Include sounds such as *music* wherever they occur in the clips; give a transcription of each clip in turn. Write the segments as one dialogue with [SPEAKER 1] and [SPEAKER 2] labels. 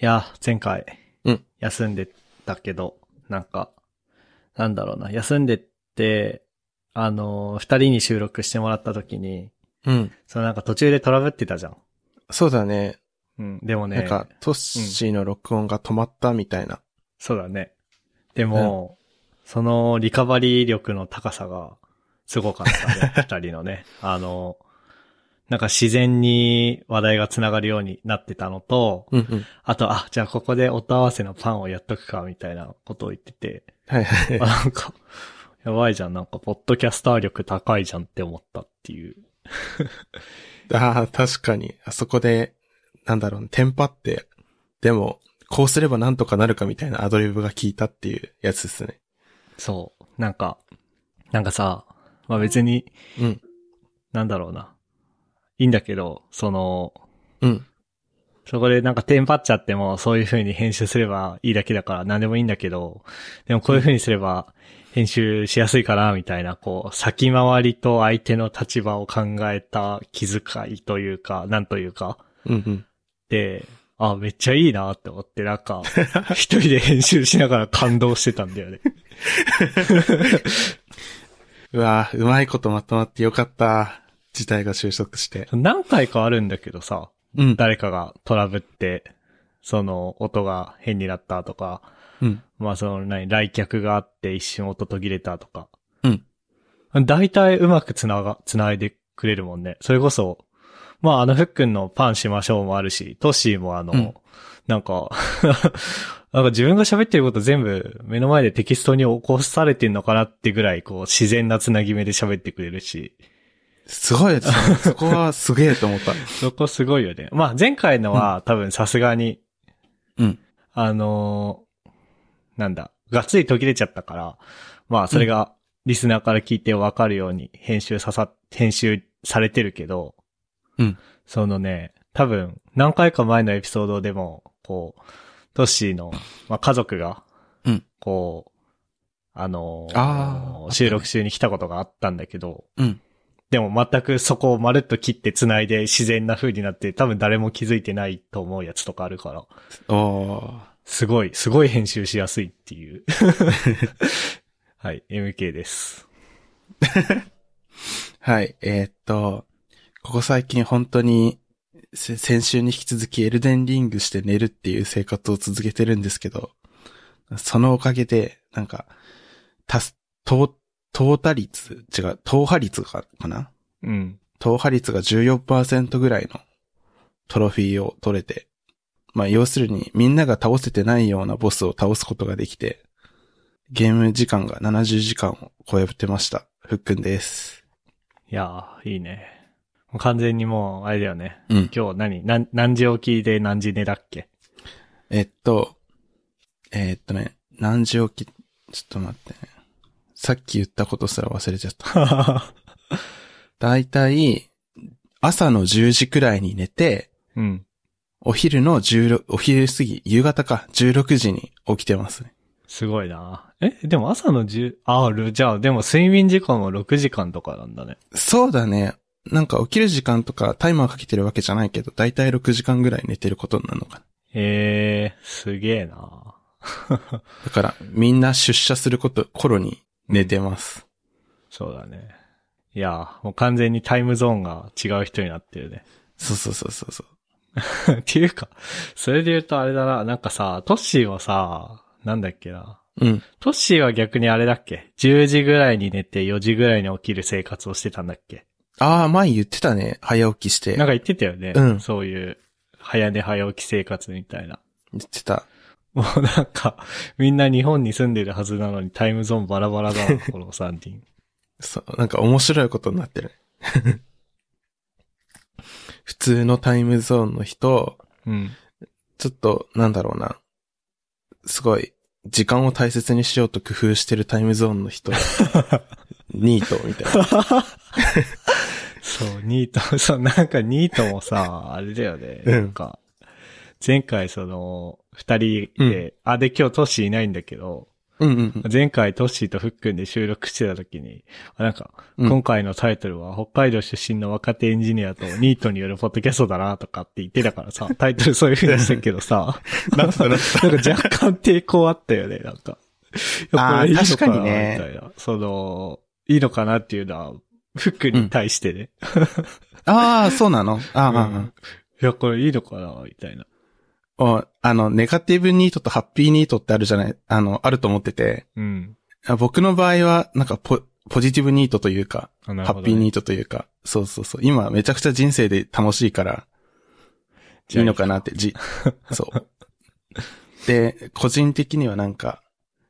[SPEAKER 1] いや、前回
[SPEAKER 2] うん、
[SPEAKER 1] 休んでたけど、なんか、なんだろうな、休んでって、あのー、二人に収録してもらった時に、
[SPEAKER 2] うん。
[SPEAKER 1] そのなんか途中でトラブってたじゃん。
[SPEAKER 2] そうだね。
[SPEAKER 1] うん、でもね、
[SPEAKER 2] なんか、トッシーの録音が止まったみたいな。
[SPEAKER 1] そうだね。でも、そのリカバリー力の高さが、すごか
[SPEAKER 2] *laughs*
[SPEAKER 1] ったね、二人のね。あのー、なんか自然に話題が繋がるようになってたのと、
[SPEAKER 2] うんうん。
[SPEAKER 1] あと、あ、じゃあここで音合わせのパンをやっとくか、みたいなことを言ってて、
[SPEAKER 2] はい *laughs* はい。
[SPEAKER 1] あ *laughs* なんか、やばいじゃん。なんか、ポッドキャスター力高いじゃんって思ったっていう。
[SPEAKER 2] ああ、確かに。あそこで、なんだろう、テンパって、でも、こうすればなんとかなるかみたいなアドリブが効いたっていうやつですね。
[SPEAKER 1] そう。なんか、なんかさ、まあ別に、
[SPEAKER 2] うん。
[SPEAKER 1] なんだろうな。いいんだけど、その、
[SPEAKER 2] うん。
[SPEAKER 1] そこでなんかテンパっちゃっても、そういう風に編集すればいいだけだから何でもいいんだけど、でもこういう風にすれば編集しやすいかな、みたいな、こう、先回りと相手の立場を考えた気遣いというか、なんというか、
[SPEAKER 2] うんうん。
[SPEAKER 1] で、あ、めっちゃいいなって思って、なんか、一人で編集しながら感動してたんだよね。
[SPEAKER 2] うわーうまいことまとまってよかった。事態が収束して。
[SPEAKER 1] 何回かあるんだけどさ、
[SPEAKER 2] うん。
[SPEAKER 1] 誰かがトラブって、その、音が変になったとか、
[SPEAKER 2] うん。
[SPEAKER 1] まあその、何、来客があって一瞬音途切れたとか。
[SPEAKER 2] うん。
[SPEAKER 1] 大体うまくつなが、つないでくれるもんね。それこそ、まああのふっくんのパンしましょうもあるし、トッシーもあの、
[SPEAKER 2] うん
[SPEAKER 1] なんか、 *laughs* なんか自分が喋ってること全部目の前でテキストに起こされてんのかなってぐらい、こう自然なつなぎ目で喋ってくれるし、
[SPEAKER 2] すごいですね。そこはすげえと思った。
[SPEAKER 1] そこすごいよね。まあ前回のは、多分さすがに、
[SPEAKER 2] *laughs* うん。
[SPEAKER 1] あのーなんだ、がっつり途切れちゃったから、まあそれがリスナーから聞いてわかるように編集ささ、編集されてるけど、
[SPEAKER 2] うん。
[SPEAKER 1] そのね、多分何回か前のエピソードでも、こう、トッシーの、まあ家族が、
[SPEAKER 2] うん
[SPEAKER 1] こう、あのー
[SPEAKER 2] あー
[SPEAKER 1] 収録中に来たことがあったんだけど、
[SPEAKER 2] うん。
[SPEAKER 1] でも全くそこをまるっと切って繋いで自然な風になって多分誰も気づいてないと思うやつとかあるから。
[SPEAKER 2] おー。
[SPEAKER 1] すごい、すごい編集しやすいっていう。はい、MK です。
[SPEAKER 2] はい、えーっと、ここ最近本当に、せ先週に引き続きエルデンリングして寝るっていう生活を続けてるんですけど、そのおかげで、なんか、たす、とう、淘汰率、違う、投破率が、かな
[SPEAKER 1] うん。
[SPEAKER 2] 投破率が14%ぐらいのトロフィーを取れて、まあ要するにみんなが倒せてないようなボスを倒すことができて、ゲーム時間が70時間を超えてました。ふっくんです。
[SPEAKER 1] いやー、いいね。もう完全にもう、あれだよね。
[SPEAKER 2] うん。
[SPEAKER 1] 今日何、何、何時起きで何時寝だっけ
[SPEAKER 2] えっと、えっとね、何時起き、ちょっと待ってね。さっき言ったことすら忘れちゃった。だいたい、朝の10時くらいに寝て、
[SPEAKER 1] うん。
[SPEAKER 2] お昼の16、お昼過ぎ、夕方か、16時に起きてますね。
[SPEAKER 1] すごいなえ、でも朝の10、あー、じゃあ、でも睡眠時間は6時間とかなんだね。
[SPEAKER 2] そうだね。なんか起きる時間とかタイマーかけてるわけじゃないけど、だいたい6時間ぐらい寝てることになるのかな。
[SPEAKER 1] えー、すげえな
[SPEAKER 2] だから、みんな出社すること、頃に寝てます。
[SPEAKER 1] そうだね。いやー、もう完全にタイムゾーンが違う人になってるね。 *laughs*
[SPEAKER 2] そうそうそうそうそう。
[SPEAKER 1] っていうか、それで言うとあれだな、なんかさ、トッシーはさ、なんだっけな。
[SPEAKER 2] うん。
[SPEAKER 1] トッシーは逆にあれだっけ ?10 時ぐらいに寝て4時ぐらいに起きる生活をしてたんだっけ
[SPEAKER 2] ああ、前言ってたね。早起きして。
[SPEAKER 1] なんか言ってたよね。
[SPEAKER 2] うん
[SPEAKER 1] そういう、早寝早起き生活みたいな。
[SPEAKER 2] 言ってた。
[SPEAKER 1] もうなんか、みんな日本に住んでるはずなのにタイムゾーンバラバラだな、この3人。
[SPEAKER 2] そう、なんか面白いことになってる。 *laughs* 普通のタイムゾーンの人、
[SPEAKER 1] うん。
[SPEAKER 2] ちょっと、なんだろうな。すごい、時間を大切にしようと工夫してるタイムゾーンの *laughs* 人、ニートみたいな。 *laughs*
[SPEAKER 1] そう、ニート、 *laughs* そう、なんかニートもさ、あれだよね。
[SPEAKER 2] うん
[SPEAKER 1] なんか、前回その、二人で、あ、で今日トシいないんだけど、
[SPEAKER 2] うんうんうん。
[SPEAKER 1] 前回トッシーとフックンで収録してた時に、あなんか、
[SPEAKER 2] うん
[SPEAKER 1] 今回のタイトルは北海道出身の若手エンジニアとニートによるポッドキャストだなとかって言ってたから
[SPEAKER 2] *laughs*
[SPEAKER 1] さ、タイトルそういう風にしたけどさ、
[SPEAKER 2] なったなった
[SPEAKER 1] なんか若干抵抗あったよね、なんか。いや
[SPEAKER 2] あー
[SPEAKER 1] これいいの
[SPEAKER 2] 確かにね
[SPEAKER 1] みたいな。その、いいのかなっていうのは、フックに対してね。
[SPEAKER 2] ああ、そうなのあー、まあまあ。
[SPEAKER 1] いや、これいいのかなみたいな。
[SPEAKER 2] おあの、ネガティブニートとハッピーニートってあるじゃない、あの、あると思ってて、
[SPEAKER 1] うん。
[SPEAKER 2] あ僕の場合は、なんかポ、ポジティブニートというか、
[SPEAKER 1] ハ
[SPEAKER 2] ハッピーニートというか、そうそうそう、今めちゃくちゃ人生で楽しいから、いいのかなって、じ、そう。で、個人的にはなんか、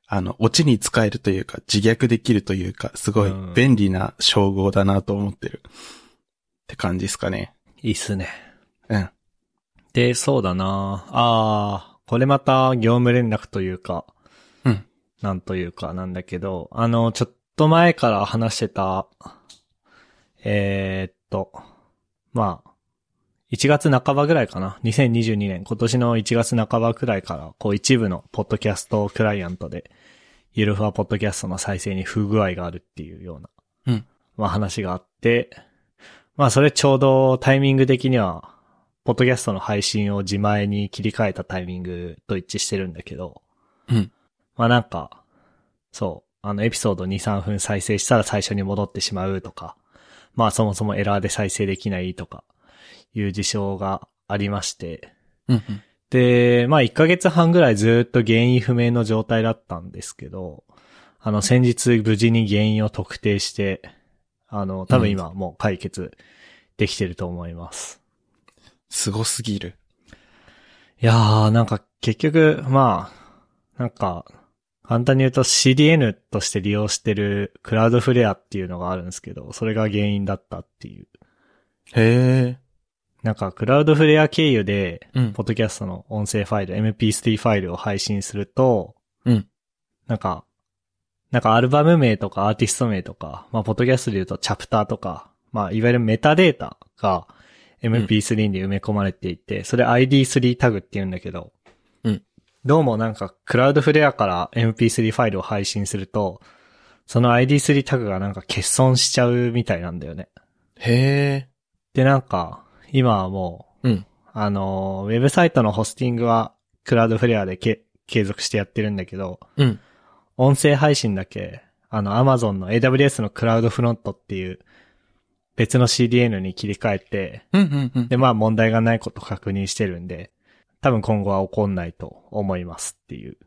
[SPEAKER 2] あの、オチに使えるというか、自虐できるというか、すごい
[SPEAKER 1] うん
[SPEAKER 2] 便利な称号だなと思ってる。って感じですかね。
[SPEAKER 1] いいっすね。
[SPEAKER 2] うん。
[SPEAKER 1] で、そうだなああ、これまた業務連絡というか、
[SPEAKER 2] うん。
[SPEAKER 1] なんというかなんだけど、あの、ちょっと前から話してた、えー、っと、まあ、1月半ばぐらいかな。2022年、今年の1月半ばくらいから、こう一部のポッドキャストクライアントで、ゆるふわポッドキャストの再生に不具合があるっていうような、
[SPEAKER 2] うん
[SPEAKER 1] まあ話があって、まあそれちょうどタイミング的には、ポッドキャストの配信を自前に切り替えたタイミングと一致してるんだけど、
[SPEAKER 2] うん。
[SPEAKER 1] まあなんか、そう、あのエピソード2、3分再生したら最初に戻ってしまうとか、まあそもそもエラーで再生できないとか、いう事象がありまして、
[SPEAKER 2] うん、
[SPEAKER 1] で、まあ1ヶ月半ぐらいずっと原因不明の状態だったんですけど、あの先日無事に原因を特定して、あの多分今もう解決できてると思います。
[SPEAKER 2] すごすぎる。
[SPEAKER 1] いやー、なんか結局、まあ、なんか、簡単に言うと CDN として利用してるクラウドフレアっていうのがあるんですけど、それが原因だったっていう。
[SPEAKER 2] へえ。
[SPEAKER 1] なんかクラウドフレア経由で、
[SPEAKER 2] うん
[SPEAKER 1] ポッドキャストの音声ファイル、MP3 ファイルを配信すると、
[SPEAKER 2] うん
[SPEAKER 1] なんか、なんかアルバム名とかアーティスト名とか、まあ、ポッドキャストで言うとチャプターとか、まあ、いわゆるメタデータが MP3 に埋め込まれていて、それ ID3 タグって言うんだけど、
[SPEAKER 2] うん
[SPEAKER 1] どうもなんか、クラウドフレアから MP3 ファイルを配信すると、その ID3 タグがなんか欠損しちゃうみたいなんだよね。
[SPEAKER 2] へえ。
[SPEAKER 1] で、なんか、今はもう、
[SPEAKER 2] うん
[SPEAKER 1] あの、ウェブサイトのホスティングは、クラウドフレアでけ継続してやってるんだけど、
[SPEAKER 2] うん。
[SPEAKER 1] 音声配信だけ、あの、Amazon の AWS のクラウドフロントっていう、別の CDN に切り替えて、
[SPEAKER 2] うん、うん、うん。
[SPEAKER 1] で、まあ問題がないこと確認してるんで、多分今後は起こんないと思いますっていう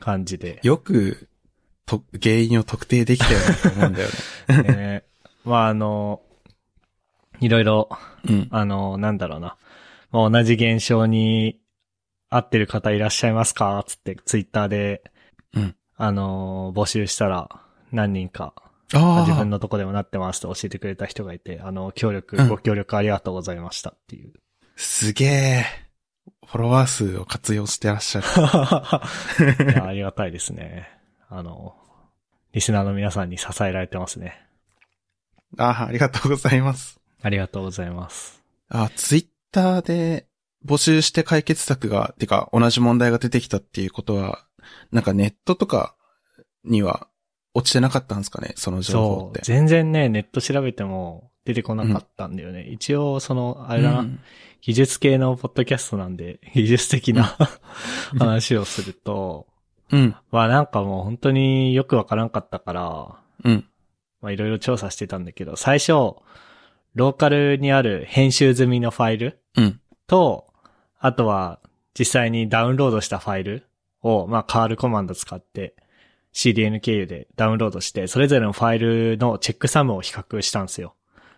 [SPEAKER 1] 感じで。
[SPEAKER 2] よく、と、原因を特定できたようなと思うんだよね。
[SPEAKER 1] ね *laughs* まああの、いろいろ
[SPEAKER 2] *laughs* うん。
[SPEAKER 1] あの、なんだろうな。まあ、同じ現象に合ってる方いらっしゃいますかつって、ツイッターで、
[SPEAKER 2] うん
[SPEAKER 1] あの、募集したら、何人か、
[SPEAKER 2] あ
[SPEAKER 1] 自分のとこでもなってますと教えてくれた人がいて、あの、協力、
[SPEAKER 2] うん
[SPEAKER 1] ご協力ありがとうございましたって
[SPEAKER 2] *laughs*
[SPEAKER 1] いう。
[SPEAKER 2] すげえ。フォロワー数を活用してらっしゃる。
[SPEAKER 1] いやありがたいですね。あの、リスナーの皆さんに支えられてますね。
[SPEAKER 2] ああ、ありがとうございます。
[SPEAKER 1] ありがとうございます。
[SPEAKER 2] あ、ツイッターで募集して解決策が、てか同じ問題が出てきたっていうことは、なんかネットとかには落ちてなかったんですかねその情報
[SPEAKER 1] そ
[SPEAKER 2] っ
[SPEAKER 1] う。
[SPEAKER 2] て。
[SPEAKER 1] 全然ね、ネット調べても出てこなかったんだよね。一応、その、あれだな、
[SPEAKER 2] うん
[SPEAKER 1] 技術系のポッドキャストなんで、 *laughs* 技術的な話をすると、
[SPEAKER 2] うん。
[SPEAKER 1] まあなんかもう本当によくわからんかったから、
[SPEAKER 2] うん。
[SPEAKER 1] まあいろいろ調査してたんだけど、最初、ローカルにある編集済みのファイル
[SPEAKER 2] うん。
[SPEAKER 1] と、あとは実際にダウンロードしたファイルを、まあカールコマンド使って、CDN 経由でダウンロードして、それぞれのファイルのチェックサムを比較したんですよ。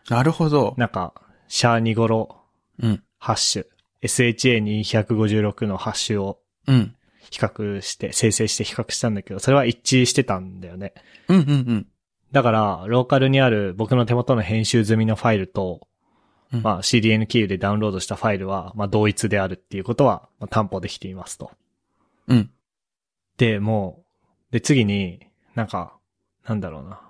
[SPEAKER 2] なるほど。
[SPEAKER 1] なんか、シャーニゴロ
[SPEAKER 2] うん。
[SPEAKER 1] ハッシュ、SHA256 のハッシュを
[SPEAKER 2] うん。
[SPEAKER 1] 比較して、生成して比較したんだけど、それは一致してたんだよね。
[SPEAKER 2] うん。うん。うん。
[SPEAKER 1] だから、ローカルにある僕の手元の編集済みのファイルと、
[SPEAKER 2] うん
[SPEAKER 1] まあ CDN 経由でダウンロードしたファイルは、まあ同一であるっていうことは、まあ、担保できていますと。
[SPEAKER 2] うん。
[SPEAKER 1] で、もう、で、次に、なんか、なんだろうな。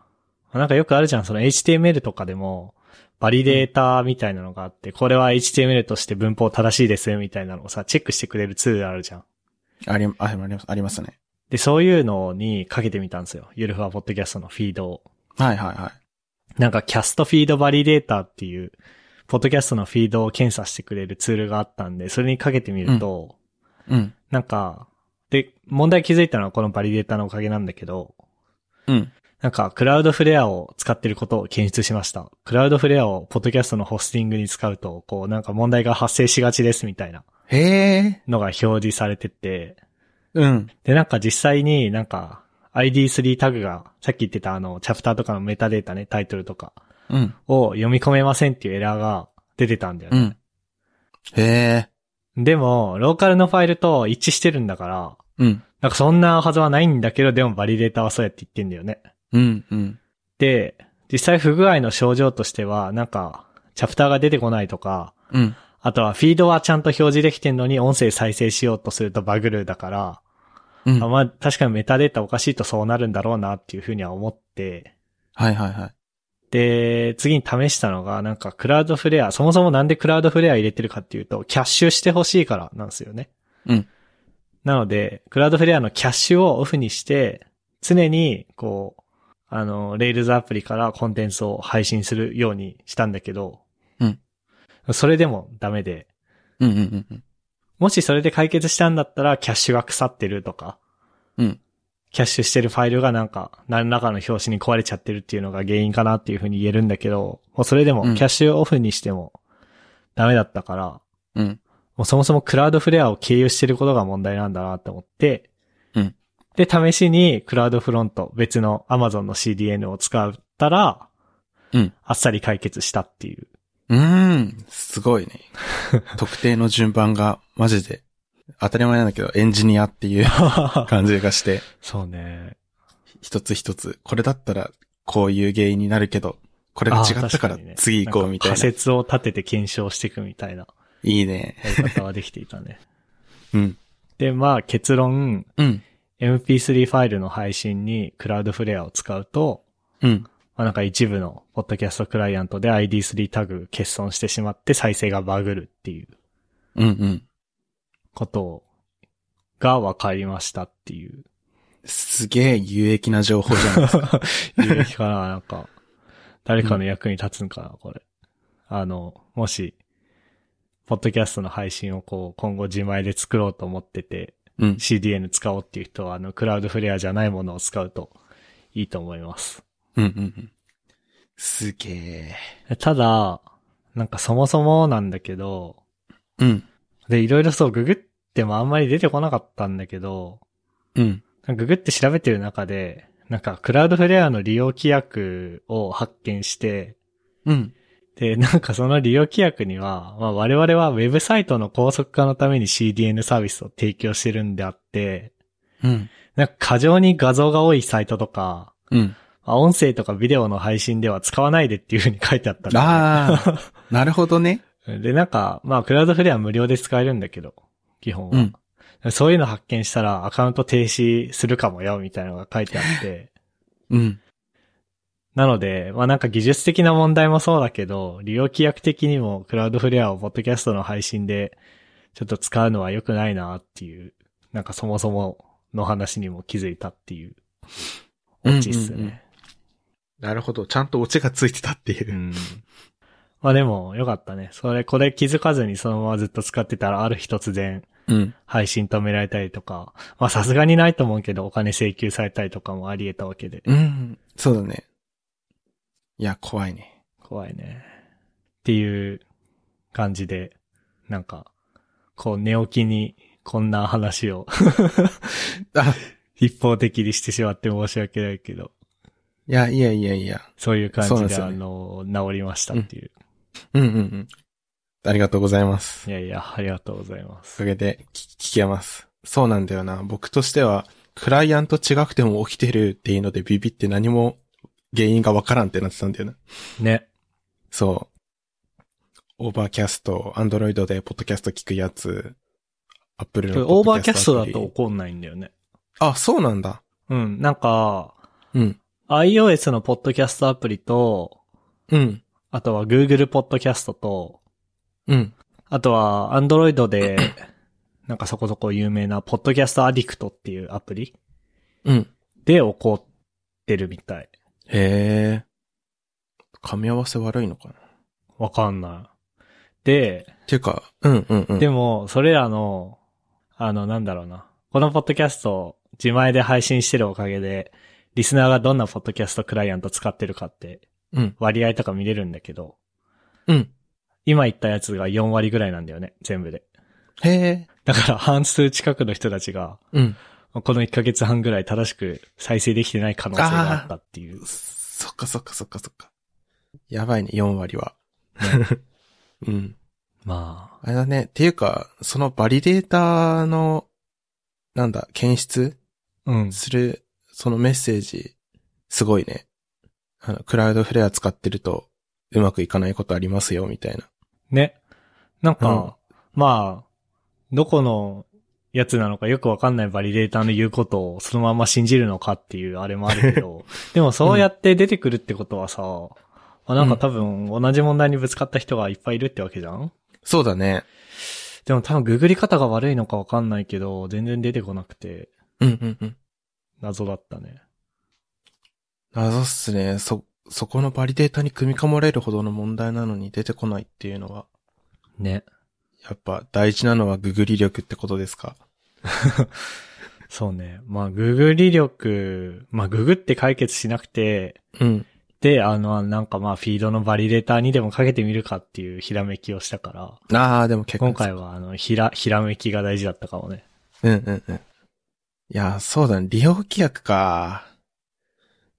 [SPEAKER 1] なんかよくあるじゃん、その HTML とかでも、バリデータみたいなのがあって、これは HTML として文法正しいですみたいなのをさ、チェックしてくれるツールあるじゃん。
[SPEAKER 2] あり、ああります、ありますね。
[SPEAKER 1] で、そういうのにかけてみたんですよ。ゆるふわポッドキャストのフィードを。
[SPEAKER 2] はいはいは
[SPEAKER 1] なんかキャストフィードバリデーターっていう、ポッドキャストのフィードを検査してくれるツールがあったんで、それにかけてみると、
[SPEAKER 2] い。うん。
[SPEAKER 1] なんか、で、問題気づいたのはこのバリデーターのおかげなんだけど、
[SPEAKER 2] うん。
[SPEAKER 1] なんか、クラウドフレアを使ってることを検出しました。クラウドフレアをポッドキャストのホスティングに使うと、こう、なんか問題が発生しがちですみたいな
[SPEAKER 2] へえ。
[SPEAKER 1] のが表示されてて、
[SPEAKER 2] うん。
[SPEAKER 1] で、なんか実際になんか ID3 タグが、さっき言ってたあの、チャプターとかのメタデータね、タイトルとか
[SPEAKER 2] うん。
[SPEAKER 1] を読み込めませんっていうエラーが出てたんだよ
[SPEAKER 2] う
[SPEAKER 1] ね。
[SPEAKER 2] ん。へえ。
[SPEAKER 1] でも、ローカルのファイルと一致してるんだから、
[SPEAKER 2] うん。
[SPEAKER 1] なんかそんなはずはないんだけど、でもバリデータはそうやって言ってんだよね。
[SPEAKER 2] うん。うん。
[SPEAKER 1] で、実際不具合の症状としては、なんか、チャプターが出てこないとか、
[SPEAKER 2] うん。
[SPEAKER 1] あとはフィードはちゃんと表示できてんのに音声再生しようとするとバグるだから、
[SPEAKER 2] うん。
[SPEAKER 1] あ
[SPEAKER 2] はい
[SPEAKER 1] まあ確かにメタデータおかしいとそうなるんだろうなっていうふうには思って、
[SPEAKER 2] はいはい。
[SPEAKER 1] で、次に試したのが、なんかクラウドフレア、そもそもなんでクラウドフレア入れてるかっていうと、キャッシュしてほしいからなんですよね。
[SPEAKER 2] うん。
[SPEAKER 1] なので、クラウドフレアのキャッシュをオフにして、常に、こう、あの、レイルズアプリからコンテンツを配信するようにしたんだけど、
[SPEAKER 2] うん。
[SPEAKER 1] それでもダメで、
[SPEAKER 2] うんうんうんうん。
[SPEAKER 1] もしそれで解決したんだったら、キャッシュが腐ってるとか、
[SPEAKER 2] うん。
[SPEAKER 1] キャッシュしてるファイルがなんか、何らかの表紙に壊れちゃってるっていうのが原因かなっていうふうに言えるんだけど、もうそれでも
[SPEAKER 2] うん
[SPEAKER 1] キャッシュオフにしてもダメだったから、
[SPEAKER 2] うん。
[SPEAKER 1] もうそもそもクラウドフレアを経由してることが問題なんだなって思って、
[SPEAKER 2] うん。
[SPEAKER 1] で、試しにクラウドフロント、別の Amazon の CDN を使ったら、
[SPEAKER 2] うん。
[SPEAKER 1] あっさり解決したっていう。
[SPEAKER 2] うーん。すごい
[SPEAKER 1] *laughs*
[SPEAKER 2] ね。特定の順番が、マジで、当たり前なんだけど、エンジニアっ
[SPEAKER 1] *laughs*
[SPEAKER 2] ていう感じがして、
[SPEAKER 1] そうね。
[SPEAKER 2] 一つ一つ、これだったら、こういう原因になるけど、これが違ったから
[SPEAKER 1] あー確にね、
[SPEAKER 2] 次行こうみたい
[SPEAKER 1] んか
[SPEAKER 2] な。
[SPEAKER 1] 仮説を立てて検証していくみたいない
[SPEAKER 2] いね。
[SPEAKER 1] やり方はできていたね。 *laughs*
[SPEAKER 2] うん。
[SPEAKER 1] で、まあ結論、
[SPEAKER 2] うん。
[SPEAKER 1] MP3 ファイルの配信にクラウドフレアを使うと、
[SPEAKER 2] うん。
[SPEAKER 1] まあ、なんか一部のポッドキャストクライアントで ID3 タグ欠損してしまって再生がバグるっていう
[SPEAKER 2] うんうん。
[SPEAKER 1] ことをが分かりましたっていう。
[SPEAKER 2] すげえ有益な情報じゃ
[SPEAKER 1] *laughs*
[SPEAKER 2] ないですか。
[SPEAKER 1] 有益かななんか、誰かの役に立つんかなこれ。あの、もし、ポッドキャストの配信をこう、今後自前で作ろうと思ってて、
[SPEAKER 2] うん。
[SPEAKER 1] CDN 使おうっていう人は、あの、クラウドフレアじゃないものを使うといいと思います。
[SPEAKER 2] うんうんうん。すげえ。
[SPEAKER 1] ただ、なんかそもそもなんだけど、
[SPEAKER 2] うん。
[SPEAKER 1] で、いろいろそうググってもあんまり出てこなかったんだけど、
[SPEAKER 2] うん。
[SPEAKER 1] ググって調べてる中で、なんかクラウドフレアの利用規約を発見して、
[SPEAKER 2] うん。
[SPEAKER 1] で、なんかその利用規約には、まあ我々はウェブサイトの高速化のために CDN サービスを提供してるんであって、
[SPEAKER 2] うん。
[SPEAKER 1] なんか過剰に画像が多いサイトとか、
[SPEAKER 2] うん。
[SPEAKER 1] まあ音声とかビデオの配信では使わないでっていう風に書いてあったんだよね
[SPEAKER 2] ああ、なるほど *laughs* ね。
[SPEAKER 1] で、なんか、まあ、クラウドフレア無料で使えるんだけど、基本は。そういうの発見したらアカウント停止するかもよ、みたいなのが書いてあって。
[SPEAKER 2] うん。
[SPEAKER 1] なので、まあなんか技術的な問題もそうだけど、利用規約的にもクラウドフレアをポッドキャストの配信でちょっと使うのは良くないなっていう、なんかそもそもの話にも気づいたっていう、オチっすね。
[SPEAKER 2] うんうんうんなるほど。ちゃんとオチがついてたっていうう。
[SPEAKER 1] ん。まあでも、よかったね。それ、これ気づかずにそのままずっと使ってたら、ある日突然、
[SPEAKER 2] うん。
[SPEAKER 1] 配信止められたりとか、まあさすがにないと思うけど、お金請求されたりとかもあり得たわけで、
[SPEAKER 2] うん。そうだね。いや、怖いね。
[SPEAKER 1] 怖いね。っていう感じで、なんか、こう寝起きにこんな話を *laughs*
[SPEAKER 2] あ、
[SPEAKER 1] 一方的にしてしまって申し訳ないけど、
[SPEAKER 2] いや、いやいやいや。
[SPEAKER 1] そういう感
[SPEAKER 2] そうな
[SPEAKER 1] じで、
[SPEAKER 2] んですよ
[SPEAKER 1] あ
[SPEAKER 2] ね
[SPEAKER 1] の、治りましたっていう。
[SPEAKER 2] うんうんうん。ありがとうございます。
[SPEAKER 1] いやいや、ありがとうございま
[SPEAKER 2] お
[SPEAKER 1] す。
[SPEAKER 2] かげで聞聞けます。そうなんだよな。僕としては、クライアント違くても起きてるっていうのでビビって何も原因がわからんってなってたんだよな。
[SPEAKER 1] ね。
[SPEAKER 2] そう。オーバーキャスト、アンドロイドでポッドキャスト聞くやつ、アップルの
[SPEAKER 1] オーバーキャスト
[SPEAKER 2] ア
[SPEAKER 1] だ
[SPEAKER 2] プリ
[SPEAKER 1] と怒んないんだよね。
[SPEAKER 2] あ、そうなんだ。
[SPEAKER 1] うん、なんか、
[SPEAKER 2] うん。
[SPEAKER 1] iOS のポッドキャストアプリと、
[SPEAKER 2] うん。
[SPEAKER 1] あとは Google ポッドキャストと、
[SPEAKER 2] うん。
[SPEAKER 1] あとは、Android で、なんかそこそこ有名な、ポッドキャストアディクトっていうアプリ
[SPEAKER 2] うん。
[SPEAKER 1] で怒ってるみたい。
[SPEAKER 2] へえ。噛み合わせ悪いのかな
[SPEAKER 1] わかんない。で、
[SPEAKER 2] ていうか、うんうんうん。
[SPEAKER 1] で
[SPEAKER 2] も、
[SPEAKER 1] も、それらの、あの、なんだろうな。このポッドキャストを自前で配信してるおかげで、リスナーがどんなポッドキャストクライアント使ってるかって、
[SPEAKER 2] うん
[SPEAKER 1] 割合とか見れるんだけど、
[SPEAKER 2] うん。
[SPEAKER 1] 今言ったやつが4割ぐらいなんだよね、全部で。
[SPEAKER 2] へえ。
[SPEAKER 1] だから半数近くの人たちが、
[SPEAKER 2] うん。
[SPEAKER 1] この1ヶ月半ぐらい正しく再生できてない可能性があったっていう。
[SPEAKER 2] そっかそっかそっかそっか。やばいね、4
[SPEAKER 1] *laughs*
[SPEAKER 2] 割は。うん。
[SPEAKER 1] まあ、
[SPEAKER 2] あれだね。っていうか、そのバリデータの、なんだ、検出
[SPEAKER 1] うん。
[SPEAKER 2] する、そのメッセージ、すごいね。あの、クラウドフレア使ってると、うまくいかないことありますよ、みたいな。
[SPEAKER 1] ね。なんか、
[SPEAKER 2] うん
[SPEAKER 1] まあ、どこのやつなのかよくわかんないバリデーターの言うことをそのまま信じるのかっていうあれもあるけど、でもそうやって出てくるってことはさ、まあなんか多分同じ問題にぶつかった人がいっぱいいるってわけじゃん
[SPEAKER 2] そうだね。
[SPEAKER 1] でも多分ググり方が悪いのかわかんないけど、全然出てこなくて
[SPEAKER 2] うんうんうん。
[SPEAKER 1] 謎だったね。
[SPEAKER 2] 謎っすね。そ、そこのバリデータに組み込まれるほどの問題なのに出てこないっていうのは、
[SPEAKER 1] ね。
[SPEAKER 2] やっぱ大事なのはググり力ってことですか。
[SPEAKER 1] そうね。まあググり力、まあググって解決しなくて、
[SPEAKER 2] うん。
[SPEAKER 1] で、あの、なんかまあ、フィードのバリデーターにでもかけてみるかっていうひらめきをしたから、
[SPEAKER 2] ああ、でも結構。
[SPEAKER 1] 今回はあの、ひら、ひらめきが大事だったかもね。
[SPEAKER 2] うんうんうん。いやー、そうだね。利用規約か。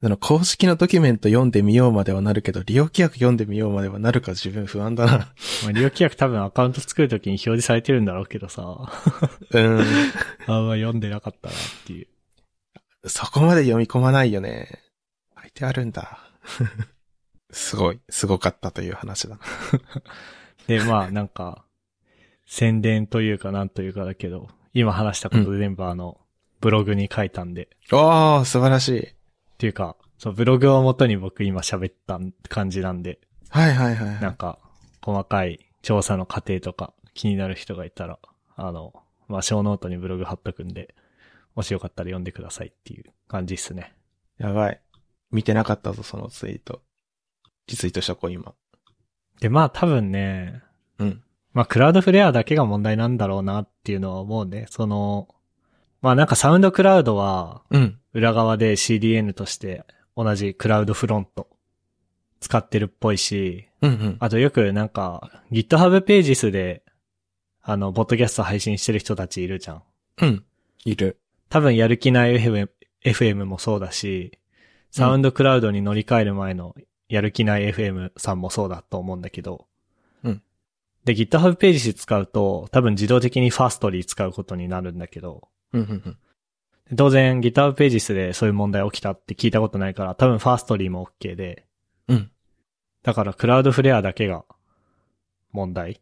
[SPEAKER 2] あの、公式のドキュメント読んでみようまではなるけど、利用規約読んでみようまではなるか自分不安だな。
[SPEAKER 1] まあ、利用規約多分アカウント作るときに表示されてるんだろうけどさ、
[SPEAKER 2] うん。
[SPEAKER 1] あんま読んでなかったなっていう。
[SPEAKER 2] そこまで読み込まないよね。書いてあるんだ。すごい、すごかったという話だな。
[SPEAKER 1] で、まあ、なんか、宣伝というかなんというかだけど、今話したこと全部あの、ブログに書いたんで、
[SPEAKER 2] おー、素晴らしい。
[SPEAKER 1] っていうか、そのブログを元に僕今喋った感じなんで、
[SPEAKER 2] はいはいはいはい。
[SPEAKER 1] *laughs* なんか、細かい調査の過程とか気になる人がいたら、あの、まあ、小ノートにブログ貼っとくんで、もしよかったら読んでくださいっていう感じっすね。
[SPEAKER 2] やばい。見てなかったぞ、そのツイート。リツイートした子今。
[SPEAKER 1] で、まあ、多分ね、
[SPEAKER 2] うん。
[SPEAKER 1] まあ、クラウドフレアだけが問題なんだろうなっていうのは思うね。その、まあ、なんかサウンドクラウドは
[SPEAKER 2] うん。
[SPEAKER 1] 裏側で CDN として同じクラウドフロント使ってるっぽいし、
[SPEAKER 2] うんうん。
[SPEAKER 1] あとよくなんか GitHub ページ数であの、ボッドキャスト配信してる人たちいるじゃん。
[SPEAKER 2] うん。いる。
[SPEAKER 1] 多分やる気ない FM, FM もそうだし、サウンドクラウドに乗り換える前のやる気ない FM さんもそうだと思うんだけど。
[SPEAKER 2] うん。
[SPEAKER 1] で、GitHub ページ使うと、多分自動的にファーストリー使うことになるんだけど、
[SPEAKER 2] うんうんうん。
[SPEAKER 1] 当然 GitHub ページスでそういう問題起きたって聞いたことないから、多分ファーストリーも OK で、
[SPEAKER 2] うん。
[SPEAKER 1] だからクラウドフレアだけが問題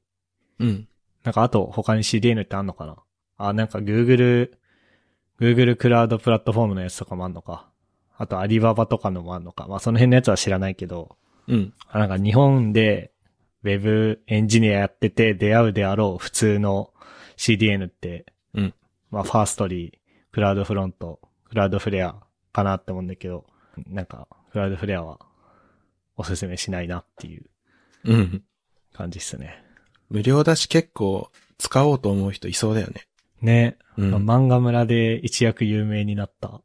[SPEAKER 2] うん。
[SPEAKER 1] なんかあと他に CDN ってあんのかなあ、なんか Google、Google クラウドプラットフォームのやつとかもあんのか。あとアリババとかのもあんのか。まあその辺のやつは知らないけど、
[SPEAKER 2] うん。
[SPEAKER 1] あなんか日本で Web エンジニアやってて出会うであろう普通の CDN って、
[SPEAKER 2] うん
[SPEAKER 1] まあファーストリー、クラウドフロント、クラウドフレアかなって思うんだけど、なんかクラウドフレアはおすすめしないなっていう
[SPEAKER 2] うん。
[SPEAKER 1] 感じっすね。
[SPEAKER 2] 無料だし結構使おうと思う人いそうだよね。
[SPEAKER 1] ね。
[SPEAKER 2] うん。
[SPEAKER 1] 漫画村で一躍有名になった。っ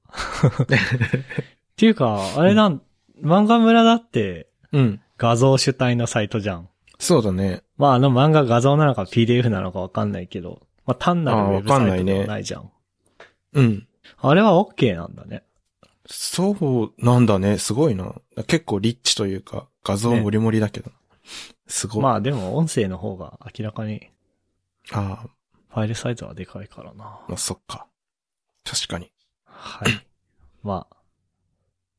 [SPEAKER 1] ていうか、あれなん、漫画村だって
[SPEAKER 2] うん。
[SPEAKER 1] 画像主体のサイトじゃん。
[SPEAKER 2] そうだね。
[SPEAKER 1] まああの漫画画像なのか PDF なのかわかんないけど、まあ単な
[SPEAKER 2] あー
[SPEAKER 1] るウェブサ
[SPEAKER 2] わかん
[SPEAKER 1] イ
[SPEAKER 2] ない
[SPEAKER 1] トで
[SPEAKER 2] ね
[SPEAKER 1] はないじゃん。あ,、
[SPEAKER 2] うん。
[SPEAKER 1] れは OK なんだね。
[SPEAKER 2] そうなんだね。すごいな。結構リッチというか、画像もりもりだけど。すごい。
[SPEAKER 1] まあでも音声の方が明らかに
[SPEAKER 2] ああ、
[SPEAKER 1] ファイルサイズはでかいからな。
[SPEAKER 2] まあそっか。確かに。
[SPEAKER 1] はい。まあ、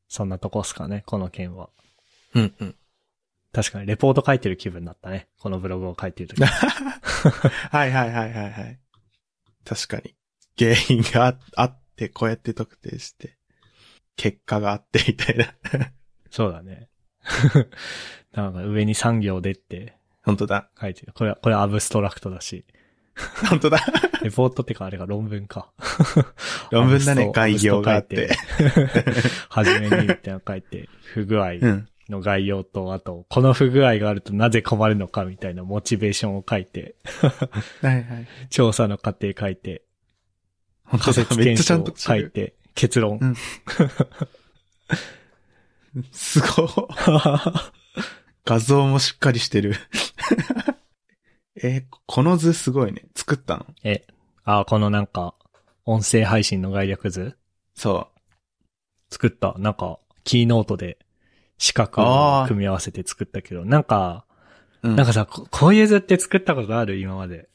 [SPEAKER 1] そんなとこっすかね、この件は。
[SPEAKER 2] うんうん。
[SPEAKER 1] 確かにレポート書いてる気分だったね。このブログを書いてるとき。
[SPEAKER 2] はいはいはいはいはい。確かに。原因がああって、こうやって特定して、結果があってみたいな。 *laughs*
[SPEAKER 1] そうだね。 *laughs* なんか上に産業でって
[SPEAKER 2] 本当だ。
[SPEAKER 1] 書いてる。これは、これはアブストラクトだし。
[SPEAKER 2] 本当だ。
[SPEAKER 1] レポートってかあれが論文か。
[SPEAKER 2] *laughs* 論文だ
[SPEAKER 1] アブス
[SPEAKER 2] ね、
[SPEAKER 1] ト
[SPEAKER 2] 概要があっ。
[SPEAKER 1] アブ
[SPEAKER 2] て。
[SPEAKER 1] スト書いはじめにみたいなの書い
[SPEAKER 2] *laughs*
[SPEAKER 1] て、不具合
[SPEAKER 2] うん。
[SPEAKER 1] の概要と、あと、この不具合があるとなぜ困るのかみたいなモチベーションを書いて、
[SPEAKER 2] はいはい。
[SPEAKER 1] 調査の過程書いて、
[SPEAKER 2] 本当
[SPEAKER 1] 仮
[SPEAKER 2] だ
[SPEAKER 1] 説
[SPEAKER 2] *laughs* めっ
[SPEAKER 1] 検
[SPEAKER 2] ちゃち
[SPEAKER 1] 証
[SPEAKER 2] ゃん
[SPEAKER 1] を
[SPEAKER 2] と
[SPEAKER 1] 書
[SPEAKER 2] 書
[SPEAKER 1] い
[SPEAKER 2] いて。
[SPEAKER 1] て、結論 *laughs*
[SPEAKER 2] う。んすごい。画像もしっかりして *laughs* る。えーこの図すごいね。作ったの
[SPEAKER 1] え、あ、このなんか、音声配信の概略図
[SPEAKER 2] そ
[SPEAKER 1] 作った。なんか、キーノートで、四角を組み合わせて作ったけど、なんか、
[SPEAKER 2] う。うん。
[SPEAKER 1] なんかさ、ここういう図って作ったことある今まで。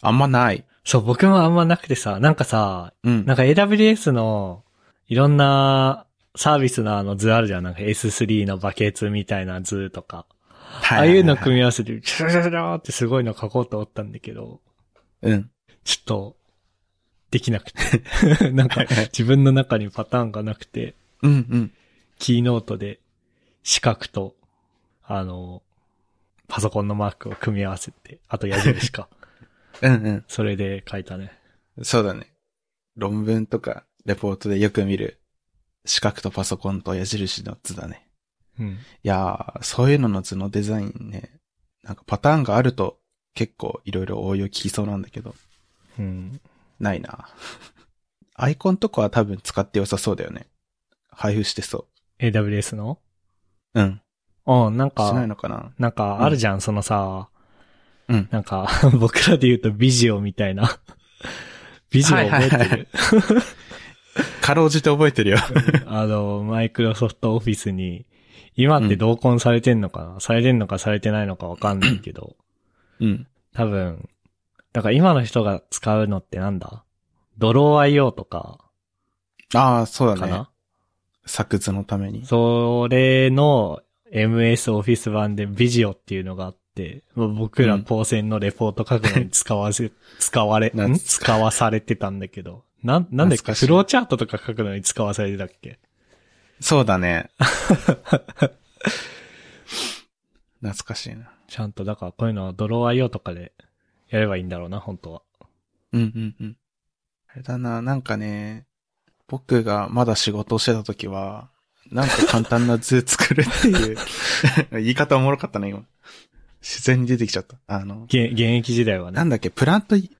[SPEAKER 2] あんまない。
[SPEAKER 1] そう、僕もあんまなくてさ、なんかさ、
[SPEAKER 2] うん。
[SPEAKER 1] なんか AWS のいろんなサービスのあの図あるじゃん。なんか S3 のバケツみたいな図とか。あ
[SPEAKER 2] は
[SPEAKER 1] あいうの
[SPEAKER 2] は
[SPEAKER 1] 組み合わせて、シュラシュラシュラってすごいの書こうと思ったんだけど、
[SPEAKER 2] いうん。
[SPEAKER 1] ちょっと、できなくて。 *laughs* なんか
[SPEAKER 2] はいはい
[SPEAKER 1] 自分の中にパターンがなくて、
[SPEAKER 2] うんうん。
[SPEAKER 1] キーノートで四角と、あの、パソコンのマークを組み合わせて、あと矢印
[SPEAKER 2] *laughs*
[SPEAKER 1] か。
[SPEAKER 2] うん
[SPEAKER 1] それで書いたね。
[SPEAKER 2] うん。そうだね。論文とか、レポートでよく見る、四角とパソコンと矢印の図だね。
[SPEAKER 1] うん。
[SPEAKER 2] いやー、そういうのの図のデザインね、なんかパターンがあると結構いろいろ応用効きそうなんだけど、
[SPEAKER 1] うん。
[SPEAKER 2] ないな。 *laughs* アイコンとかは多分使って良さそうだよね。配布してそ
[SPEAKER 1] AWS の
[SPEAKER 2] う。うん。
[SPEAKER 1] うん、なんか、
[SPEAKER 2] しないのかな
[SPEAKER 1] なんかあるじゃん、そのさ、
[SPEAKER 2] うん。
[SPEAKER 1] なんか *laughs* 僕らで言うとビジオみたいな。 *laughs* ビジオ覚えて
[SPEAKER 2] はいはいは
[SPEAKER 1] る、
[SPEAKER 2] かろうじて覚えてるよ。
[SPEAKER 1] *laughs* あの、マイクロソフトオフィスに、今って同梱されてんのかな、されてんのかされてないのかわかんないけど、
[SPEAKER 2] うん。
[SPEAKER 1] 多分、だから今の人が使うのってなんだドロー IO とか、
[SPEAKER 2] ああ、そう
[SPEAKER 1] か
[SPEAKER 2] だね
[SPEAKER 1] な。、
[SPEAKER 2] 作図のために。
[SPEAKER 1] それの MS オフィス版でビジオっていうのがあって、まあ僕ら高専のレポート書くのに使わせ、 *laughs* 使われ、
[SPEAKER 2] 懐
[SPEAKER 1] ん使わされてたんだけど、なん、なんだっけ
[SPEAKER 2] 懐かしい
[SPEAKER 1] フローチャートとか書くのに使わされてたっけ
[SPEAKER 2] そうだね。懐かしいな。
[SPEAKER 1] ちゃんと、だからこういうのはドロー IO とかでやればいいんだろうな、本当は。
[SPEAKER 2] うんうんうん。あれだな、なんかね、僕がまだ仕事をしてた時は、なんか簡単な図作るっていう、言い方おもろかったね、今。自然に出てきちゃった。あの、
[SPEAKER 1] 現現役時代は
[SPEAKER 2] な
[SPEAKER 1] ね。
[SPEAKER 2] んだっけ、プラントい、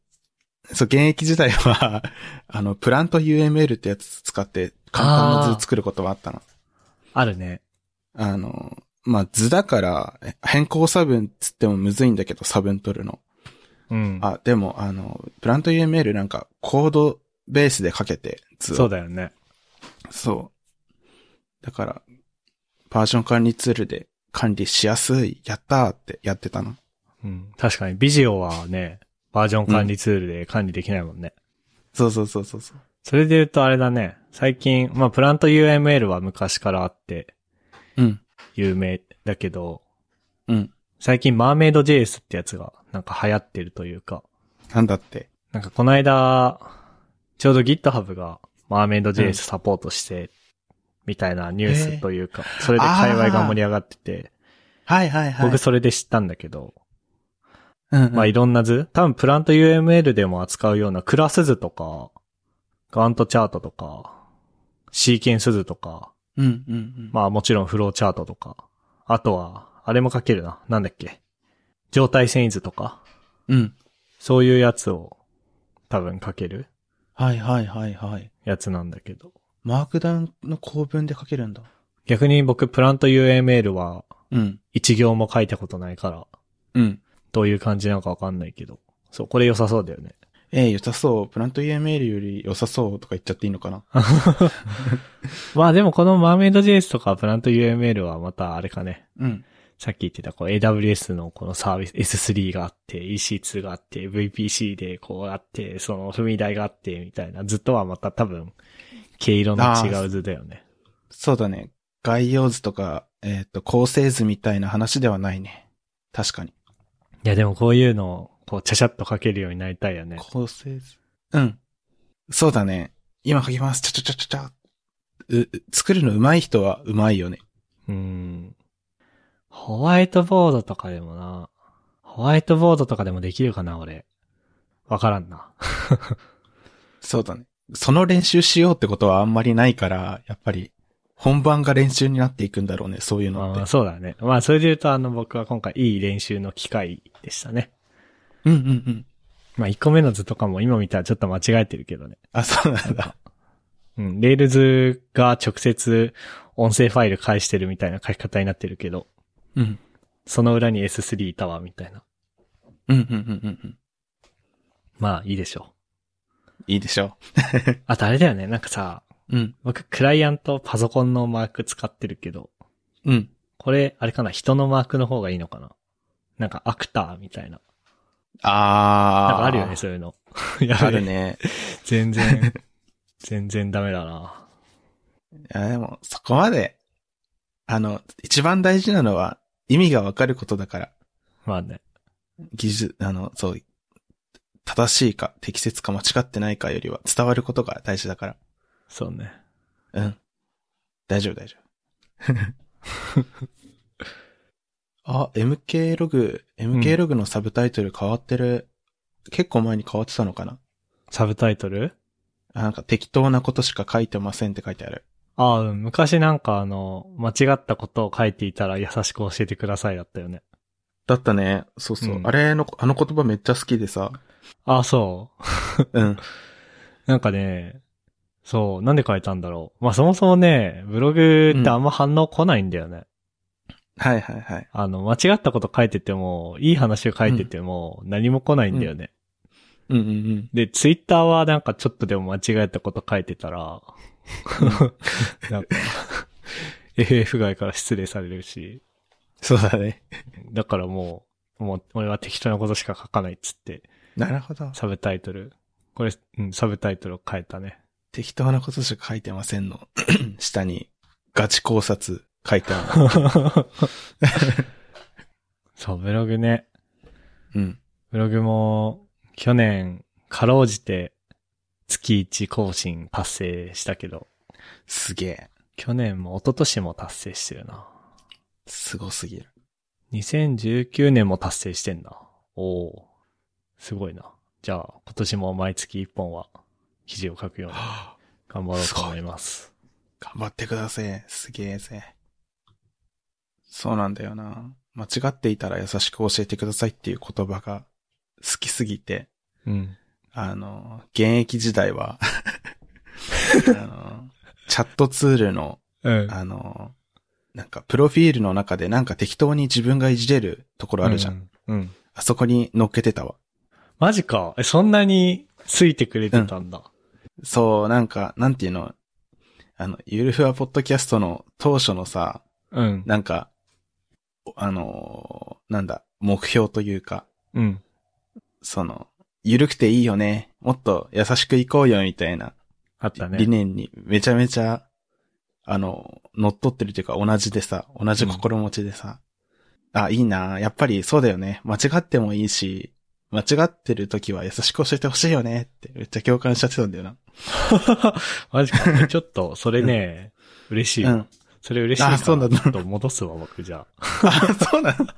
[SPEAKER 2] そう、現役時代は、あの、プラント UML ってやつ使って、簡単な図作ることはあったの。
[SPEAKER 1] あるね。
[SPEAKER 2] あの、まあ、図だから、え変更差分つってもむずいんだけど、差分取るの。
[SPEAKER 1] うん。
[SPEAKER 2] あ、でも、あの、プラント UML なんかコードベースでかけて、図を
[SPEAKER 1] そうだよね。
[SPEAKER 2] そう。だから、バージョン管理ツールで管理しやすい、やったーってやってたの。
[SPEAKER 1] うん。確かに、ビジオはね、バージョン管理ツールで管理できないもんね。
[SPEAKER 2] そうそうそうそうそう。
[SPEAKER 1] それで言うとあれだね。最近、まあ、プラント UML は昔からあって、
[SPEAKER 2] うん。
[SPEAKER 1] 有名だけど、
[SPEAKER 2] うん。
[SPEAKER 1] 最近、マーメイド JS ってやつが、なんか流行ってるというか、
[SPEAKER 2] なんだって。
[SPEAKER 1] なんかこの間、ちょうど GitHub が、マーメイド
[SPEAKER 2] う
[SPEAKER 1] JS
[SPEAKER 2] ん
[SPEAKER 1] サポートして、みたいなニュー
[SPEAKER 2] へ
[SPEAKER 1] ス
[SPEAKER 2] ー
[SPEAKER 1] というか、それで界隈が盛り上がってて、
[SPEAKER 2] はいはいはい。
[SPEAKER 1] 僕それで知ったんだけど、
[SPEAKER 2] うんうん
[SPEAKER 1] まあいろんな図多分プラント UML でも扱うようなクラス図とか、ガントチャートとか、シーケンス図とか、
[SPEAKER 2] うんうんうん。
[SPEAKER 1] まあもちろんフローチャートとか、あとは、あれも書けるな。なんだっけ。状態遷移図とか、
[SPEAKER 2] うん。
[SPEAKER 1] そういうやつを多分書ける
[SPEAKER 2] はいはいはいはい。
[SPEAKER 1] やつなんだけど。
[SPEAKER 2] マークダウンの構文で書けるんだ。
[SPEAKER 1] 逆に僕プラント UML は
[SPEAKER 2] うん。
[SPEAKER 1] 一行も書いたことないから、
[SPEAKER 2] うん。
[SPEAKER 1] どういう感じなのかわかんないけど。そう、これ良さそうだよね。
[SPEAKER 2] ええ良さそう。プラント UML より良さそうとか言っちゃっていいのかな
[SPEAKER 1] まあでもこのマーメイド JS とかプラント UML はまたあれかね。
[SPEAKER 2] うん。
[SPEAKER 1] さっき言ってた、こう AWS のこのサービス S3 があって、EC2 があって、VPC でこうあって、その踏み台があって、みたいな、ずっとはまた多分、毛色の違う図だよね。
[SPEAKER 2] そうだね。概要図とか、えっ、と、構成図みたいな話ではないね。確かに。
[SPEAKER 1] いや、でもこういうのを、こう、ちゃちゃっと書けるようになりたいよね。
[SPEAKER 2] 構成図。うん。そうだね。今書きます。ちゃちゃちゃちゃちゃ。う、う作るの上手い人は上手いよね。
[SPEAKER 1] うん。ホワイトボードとかでもな、ホワイトボードとかでもできるかな、俺。わからんな。
[SPEAKER 2] そうだね。その練習しようってことはあんまりないから、やっぱり、本番が練習になっていくんだろうね、そういうの
[SPEAKER 1] あ
[SPEAKER 2] っ
[SPEAKER 1] ー
[SPEAKER 2] て。
[SPEAKER 1] そうだね。まあ、それで言うと、あの、僕は今回いい練習の機会でしたね。
[SPEAKER 2] うんうんうん。
[SPEAKER 1] まあ、1個目の図とかも今見たらちょっと間違えてるけどね。
[SPEAKER 2] あ、そうなんだ。
[SPEAKER 1] うん、レールズが直接音声ファイル返してるみたいな書き方になってるけど、
[SPEAKER 2] うん。
[SPEAKER 1] その裏に S3 いたわ、みたいな。
[SPEAKER 2] うんうんうんうんうん。
[SPEAKER 1] まあ、いいでしょ
[SPEAKER 2] いいでしょ
[SPEAKER 1] う。あとあれだよね、なんかさ、
[SPEAKER 2] う。うん。
[SPEAKER 1] 僕、クライアントパソコンのマーク使ってるけど、
[SPEAKER 2] うん。
[SPEAKER 1] これ、あれかな、人のマークの方がいいのかななんか、アクターみたいな。なん
[SPEAKER 2] あー。
[SPEAKER 1] かあるよね、そういうの。やばい
[SPEAKER 2] *laughs* ある。ね。
[SPEAKER 1] 全然、 *laughs* 全然ダメだな。
[SPEAKER 2] いや、でも、そこまで、あの、一番大事なのは、意味がわかることだから、
[SPEAKER 1] まあね。
[SPEAKER 2] 技術、あの、そう、正しいか、適切か、間違ってないかよりは、伝わることが大事だから。
[SPEAKER 1] そうね。
[SPEAKER 2] うん。大丈夫、大丈 *laughs* 夫。あ、MK ログ、MK ログのサブタイトル変わってる。結構前に変わってたのかな
[SPEAKER 1] サブタイトル
[SPEAKER 2] あなんか適当なことしか書いてませんって書いてある。
[SPEAKER 1] ああ、うん昔なんかあの、間違ったことを書いていたら優しく教えてくださいだったよね。
[SPEAKER 2] だったね。そうそう。
[SPEAKER 1] うん
[SPEAKER 2] あれの、あの言葉めっちゃ好きでさ。
[SPEAKER 1] ああ、そ
[SPEAKER 2] *laughs* うん。
[SPEAKER 1] う。 *laughs* なんかね、そう、なんで書いたんだろう。まあそもそもね、ブログってあんま反応来ないんだよね。
[SPEAKER 2] はいはいはい。
[SPEAKER 1] あの、間違ったこと書いてても、いい話を書いてても、何も来ないんだよね。
[SPEAKER 2] うんうんうん。
[SPEAKER 1] で、ツイッターはなんかちょっとでも間違えたこと書いてたら、 *laughs* なんか、FF 外から失礼されるし、
[SPEAKER 2] *laughs* そうだね。
[SPEAKER 1] だからもう、もう俺は適当なことしか書かないっつって、
[SPEAKER 2] なるほど。
[SPEAKER 1] サブタイトル。これ、うん、サブタイトルを変えたね。
[SPEAKER 2] 適当なことしか書いてません *clears throat* の。下に、ガチ考察書いてある。
[SPEAKER 1] *laughs* そう、ブログね。
[SPEAKER 2] うん。
[SPEAKER 1] ブログも、去年、かろうじて、月1更新達成したけど、
[SPEAKER 2] すげえ。
[SPEAKER 1] 去年も一昨年も達成してるな。
[SPEAKER 2] すごすぎる。 *gasps*
[SPEAKER 1] 2019年も達成してんな。おおーすごいな。じゃあ、今年も毎月1本は、記事を書くように
[SPEAKER 2] はあ
[SPEAKER 1] 頑張ろうと思います。
[SPEAKER 2] 頑張ってください。すげえぜ。そうなんだよな。間違っていたら優しく教えてくださいっていう言葉が好きすぎて、
[SPEAKER 1] うん。
[SPEAKER 2] あの、現役時代はあの、チャットツールの、
[SPEAKER 1] うん。
[SPEAKER 2] あの、なんか、プロフィールの中でなんか適当に自分がいじれるところあるじゃん。
[SPEAKER 1] うん。うん。
[SPEAKER 2] あそこに乗っけてたわ。
[SPEAKER 1] マジか。え、そんなについてくれてたんだ。
[SPEAKER 2] そう、なんか、なんていうの、あの、ゆるふわポッドキャストの当初のさ、
[SPEAKER 1] うん。
[SPEAKER 2] なんか、あのーなんだ、目標というか、
[SPEAKER 1] うん。
[SPEAKER 2] その、ゆるくていいよね。もっと優しくいこうよ、みたいな
[SPEAKER 1] あった
[SPEAKER 2] 理
[SPEAKER 1] ね。
[SPEAKER 2] 念にめちゃめちゃ、あの、乗っ取ってるというか同じでさ、同じ心持ちでさ、あ、いいな、やっぱりそうだよね。間違ってもいいし、間違ってる時は優しく教えてほしいよねってめっちゃ共感しちゃってたんだよな。
[SPEAKER 1] マジか。ちょっと、それね、嬉しい。
[SPEAKER 2] うん。
[SPEAKER 1] それ嬉しい
[SPEAKER 2] あ
[SPEAKER 1] な。
[SPEAKER 2] そうなんだ
[SPEAKER 1] ちょっと戻すわ、僕じゃあ。
[SPEAKER 2] *laughs* あ、そうなんだ。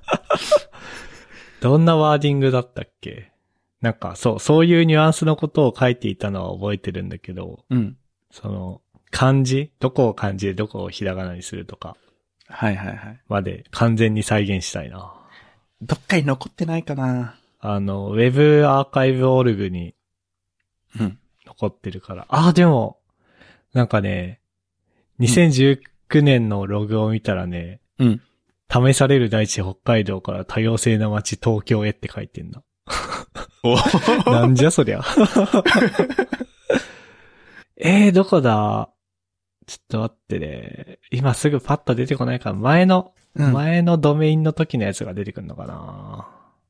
[SPEAKER 1] どんなワーディングだったっけなんか、そう、そういうニュアンスのことを書いていたのは覚えてるんだけど、
[SPEAKER 2] うん。
[SPEAKER 1] その、漢字どこを漢字でどこをひらがなにするとか
[SPEAKER 2] はいはいはい。
[SPEAKER 1] まで完全に再現したいな。
[SPEAKER 2] どっかに残ってないかな。
[SPEAKER 1] あの、ウェブアーカイブオルグに
[SPEAKER 2] うん。
[SPEAKER 1] 残ってるから。ああ、でも、なんかね、2019年のログを見たらね、
[SPEAKER 2] うん。
[SPEAKER 1] 試される大地北海道から多様性の街東京へって書いて
[SPEAKER 2] *laughs*
[SPEAKER 1] んな。
[SPEAKER 2] お
[SPEAKER 1] なんじゃそりゃ。 *laughs* えー、どこだちょっと待ってね。今すぐパッと出てこないから、前の、
[SPEAKER 2] *laughs* うん、
[SPEAKER 1] 前のドメインの時のやつが出てくるのかな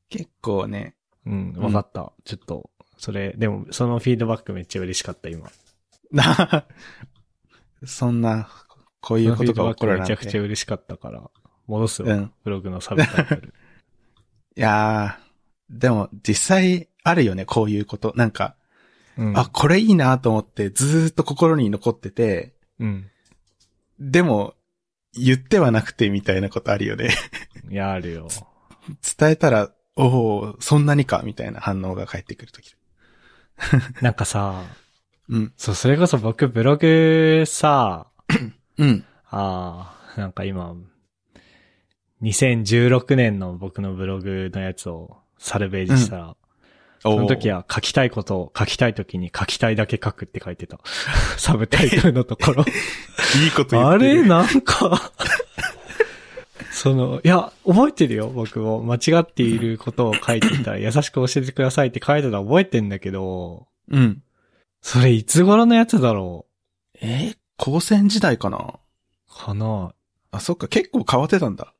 [SPEAKER 2] 結構ね、 *laughs*
[SPEAKER 1] うん、
[SPEAKER 2] うん
[SPEAKER 1] わかった。ちょっと、それ、でも、そのフィードバックめっちゃ嬉しかった、今。
[SPEAKER 2] な、そんな、こういうことが起こるなん
[SPEAKER 1] め
[SPEAKER 2] て。
[SPEAKER 1] ちゃくちゃ嬉しかったから、戻すわ、
[SPEAKER 2] うん。
[SPEAKER 1] ブログのサブタイトル。
[SPEAKER 2] いやー、でも実際あるよね、こういうこと。なんか、
[SPEAKER 1] うん
[SPEAKER 2] あ、、これいいなと思ってずーっと心に残ってて、
[SPEAKER 1] うん。
[SPEAKER 2] でも、言ってはなくてみたいなことあるよね。 *laughs*
[SPEAKER 1] いや、あるよ。
[SPEAKER 2] 伝えたら、おおそんなにかみたいな反応が返ってくるとき。
[SPEAKER 1] なんかさ、
[SPEAKER 2] うん。
[SPEAKER 1] そう、それこそ僕ブログさ、
[SPEAKER 2] うん。
[SPEAKER 1] ああ、なんか今、2016年の僕のブログのやつをサルベージしたら、
[SPEAKER 2] おー
[SPEAKER 1] その時は書きたいことを書きたい時に書きたいだけ書くって書いてた。 *laughs* サブタイトルのところ。
[SPEAKER 2] いいこと言
[SPEAKER 1] *laughs*
[SPEAKER 2] っ
[SPEAKER 1] あ
[SPEAKER 2] てる。
[SPEAKER 1] れなんか、 *laughs* その、いや、覚えてるよ、僕も。間違っていることを書いていたら、優しく教えてくださいって書いてたの覚えてんだけど、
[SPEAKER 2] うん。
[SPEAKER 1] それいつ頃のやつだろ
[SPEAKER 2] えー高専時代かな
[SPEAKER 1] うかな
[SPEAKER 2] あ、そっか、結構変わってたんだ。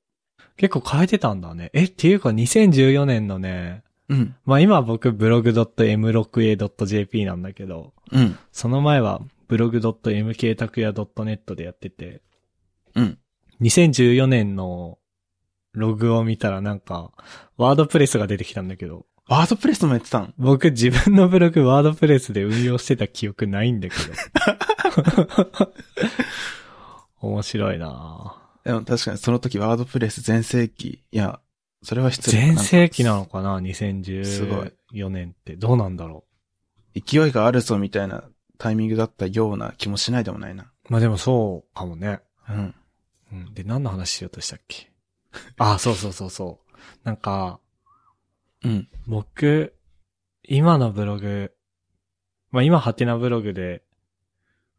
[SPEAKER 1] 結構変えてたんだね。え、っていうか2014年のね、
[SPEAKER 2] うん。
[SPEAKER 1] まあ今僕ブログ .m6a.jp なんだけど、
[SPEAKER 2] うん。
[SPEAKER 1] その前はブログ .mk 拓也 .net でやってて、
[SPEAKER 2] うん。
[SPEAKER 1] 2014年のログを見たらなんか、ワードプレスが出てきたんだけど、
[SPEAKER 2] ワードプレスもやってたん
[SPEAKER 1] 僕自分のブログワードプレスで運用してた記憶ないんだけど。 *laughs* 面白いなぁ
[SPEAKER 2] でも確かにその時ワードプレス全盛期。いや、それは失礼
[SPEAKER 1] 全盛期な
[SPEAKER 2] なん
[SPEAKER 1] のか
[SPEAKER 2] か
[SPEAKER 1] な
[SPEAKER 2] すごい
[SPEAKER 1] ?2014 年ってどうなんだろ
[SPEAKER 2] 勢いがあるぞみたいなタイミングだったような気もしないでもないな。
[SPEAKER 1] う。まあでもそうかもね。
[SPEAKER 2] うん。
[SPEAKER 1] うん。で、何の話しようとしたっけ *laughs* あ、そうそうそうそう。なんか、
[SPEAKER 2] うん。
[SPEAKER 1] 僕、今のブログ、まあ今、ハテナブログで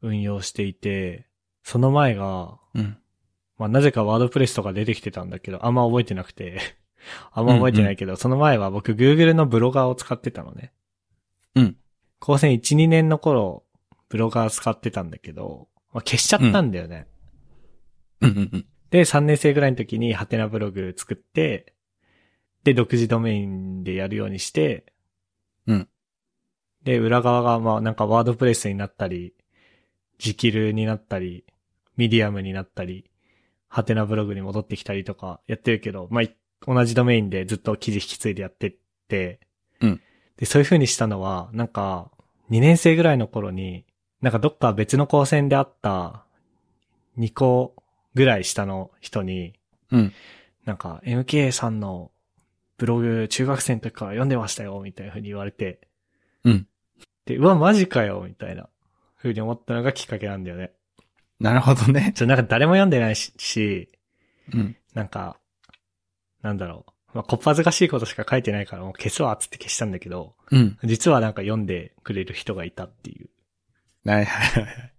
[SPEAKER 1] 運用していて、その前が、
[SPEAKER 2] うん。
[SPEAKER 1] まあなぜかワードプレスとか出てきてたんだけど、あんま覚えてなくて、 *laughs* あんま覚えてないけど、その前は僕 Google のブロガーを使ってたのね。
[SPEAKER 2] うん。
[SPEAKER 1] 高専1、2年の頃、ブロガー使ってたんだけど、まあ消しちゃったんだよね。
[SPEAKER 2] うんうんうん。
[SPEAKER 1] で、3年生ぐらいの時にハテナブログ作って、で、独自ドメインでやるようにして、
[SPEAKER 2] うん。
[SPEAKER 1] で、裏側が、まあ、なんかワードプレスになったり、ジキルになったり、ミディアムになったり、ハテナブログに戻ってきたりとかやってるけど、まあ、い同じドメインでずっと記事引き継いでやってって、
[SPEAKER 2] うん。
[SPEAKER 1] で、そういう風にしたのは、なんか、2年生ぐらいの頃に、なんかどっか別の高専であった、2個ぐらい下の人に、
[SPEAKER 2] うん。
[SPEAKER 1] なんか MK さんのブログ中学生の時から読んでましたよ、みたいな風に言われて。
[SPEAKER 2] うん。
[SPEAKER 1] で、うわ、マジかよ、みたいな風に思ったのがきっかけなんだよね。
[SPEAKER 2] なるほどね。
[SPEAKER 1] ちょ、なんか誰も読んでないし、し
[SPEAKER 2] うん。
[SPEAKER 1] なんか、なんだろう。まあ、こっぱずかしいことしか書いてないからもう消すわ、つって消したんだけど、
[SPEAKER 2] うん。
[SPEAKER 1] 実はなんか読んでくれる人がいたっていう。
[SPEAKER 2] はい *laughs* はいはい。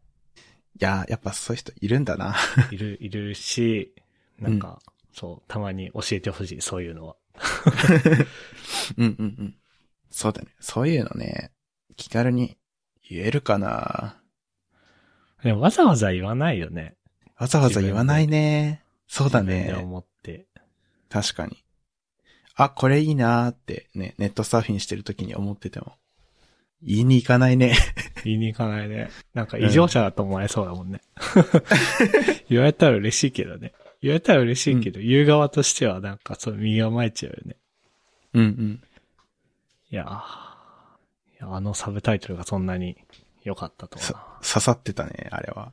[SPEAKER 2] いやー、やっぱそういう人いるんだな。
[SPEAKER 1] いる、 *laughs* いるし、なんか、そう、たまに教えてほしい、そういうのは。
[SPEAKER 2] うんうんうん。そうだね。そういうのね、気軽に言えるかな。
[SPEAKER 1] でもわざわざ言わないよね。
[SPEAKER 2] わざわざ言わないね。そうだ
[SPEAKER 1] 自分で
[SPEAKER 2] ね。
[SPEAKER 1] 思って。
[SPEAKER 2] 確かに。あ、これいいなーってね、ネットサーフィンしてる時に思ってても。言いに行かないね。
[SPEAKER 1] 言いに行かないね。なんか異常者だと思われそうだもんね。 *laughs* 言われたら嬉しいけどね。言われたら嬉しいけど、言う側としてはなんかそう身構えちゃうよね。
[SPEAKER 2] うんうん。
[SPEAKER 1] いやーいやあのサブタイトルがそんなに良かったとは
[SPEAKER 2] 刺さってたね、あれは。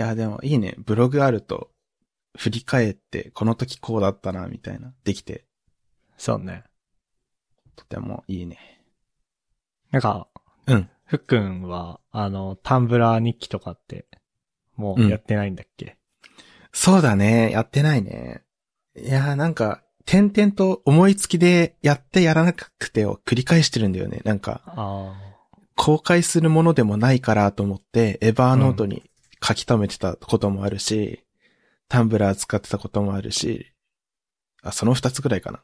[SPEAKER 2] いや、でもいいね。ブログあると、振り返って、この時こうだったな、みたいな。できて、
[SPEAKER 1] な。そうね。
[SPEAKER 2] とてもいいね。
[SPEAKER 1] なんか、
[SPEAKER 2] うん。
[SPEAKER 1] ふっくんは、あの、タンブラー日記とかって、もうやってないんだっけ、
[SPEAKER 2] そうだね。やってないね。いやー、なんか、点々と思いつきでやってやらなくてを繰り返してるんだよね。なんか、
[SPEAKER 1] あ
[SPEAKER 2] 公開するものでもないからと思って、エバーノートに書き留めてたこともあるし、タンブラー使ってたこともあるし、あ、その二つぐらいかな。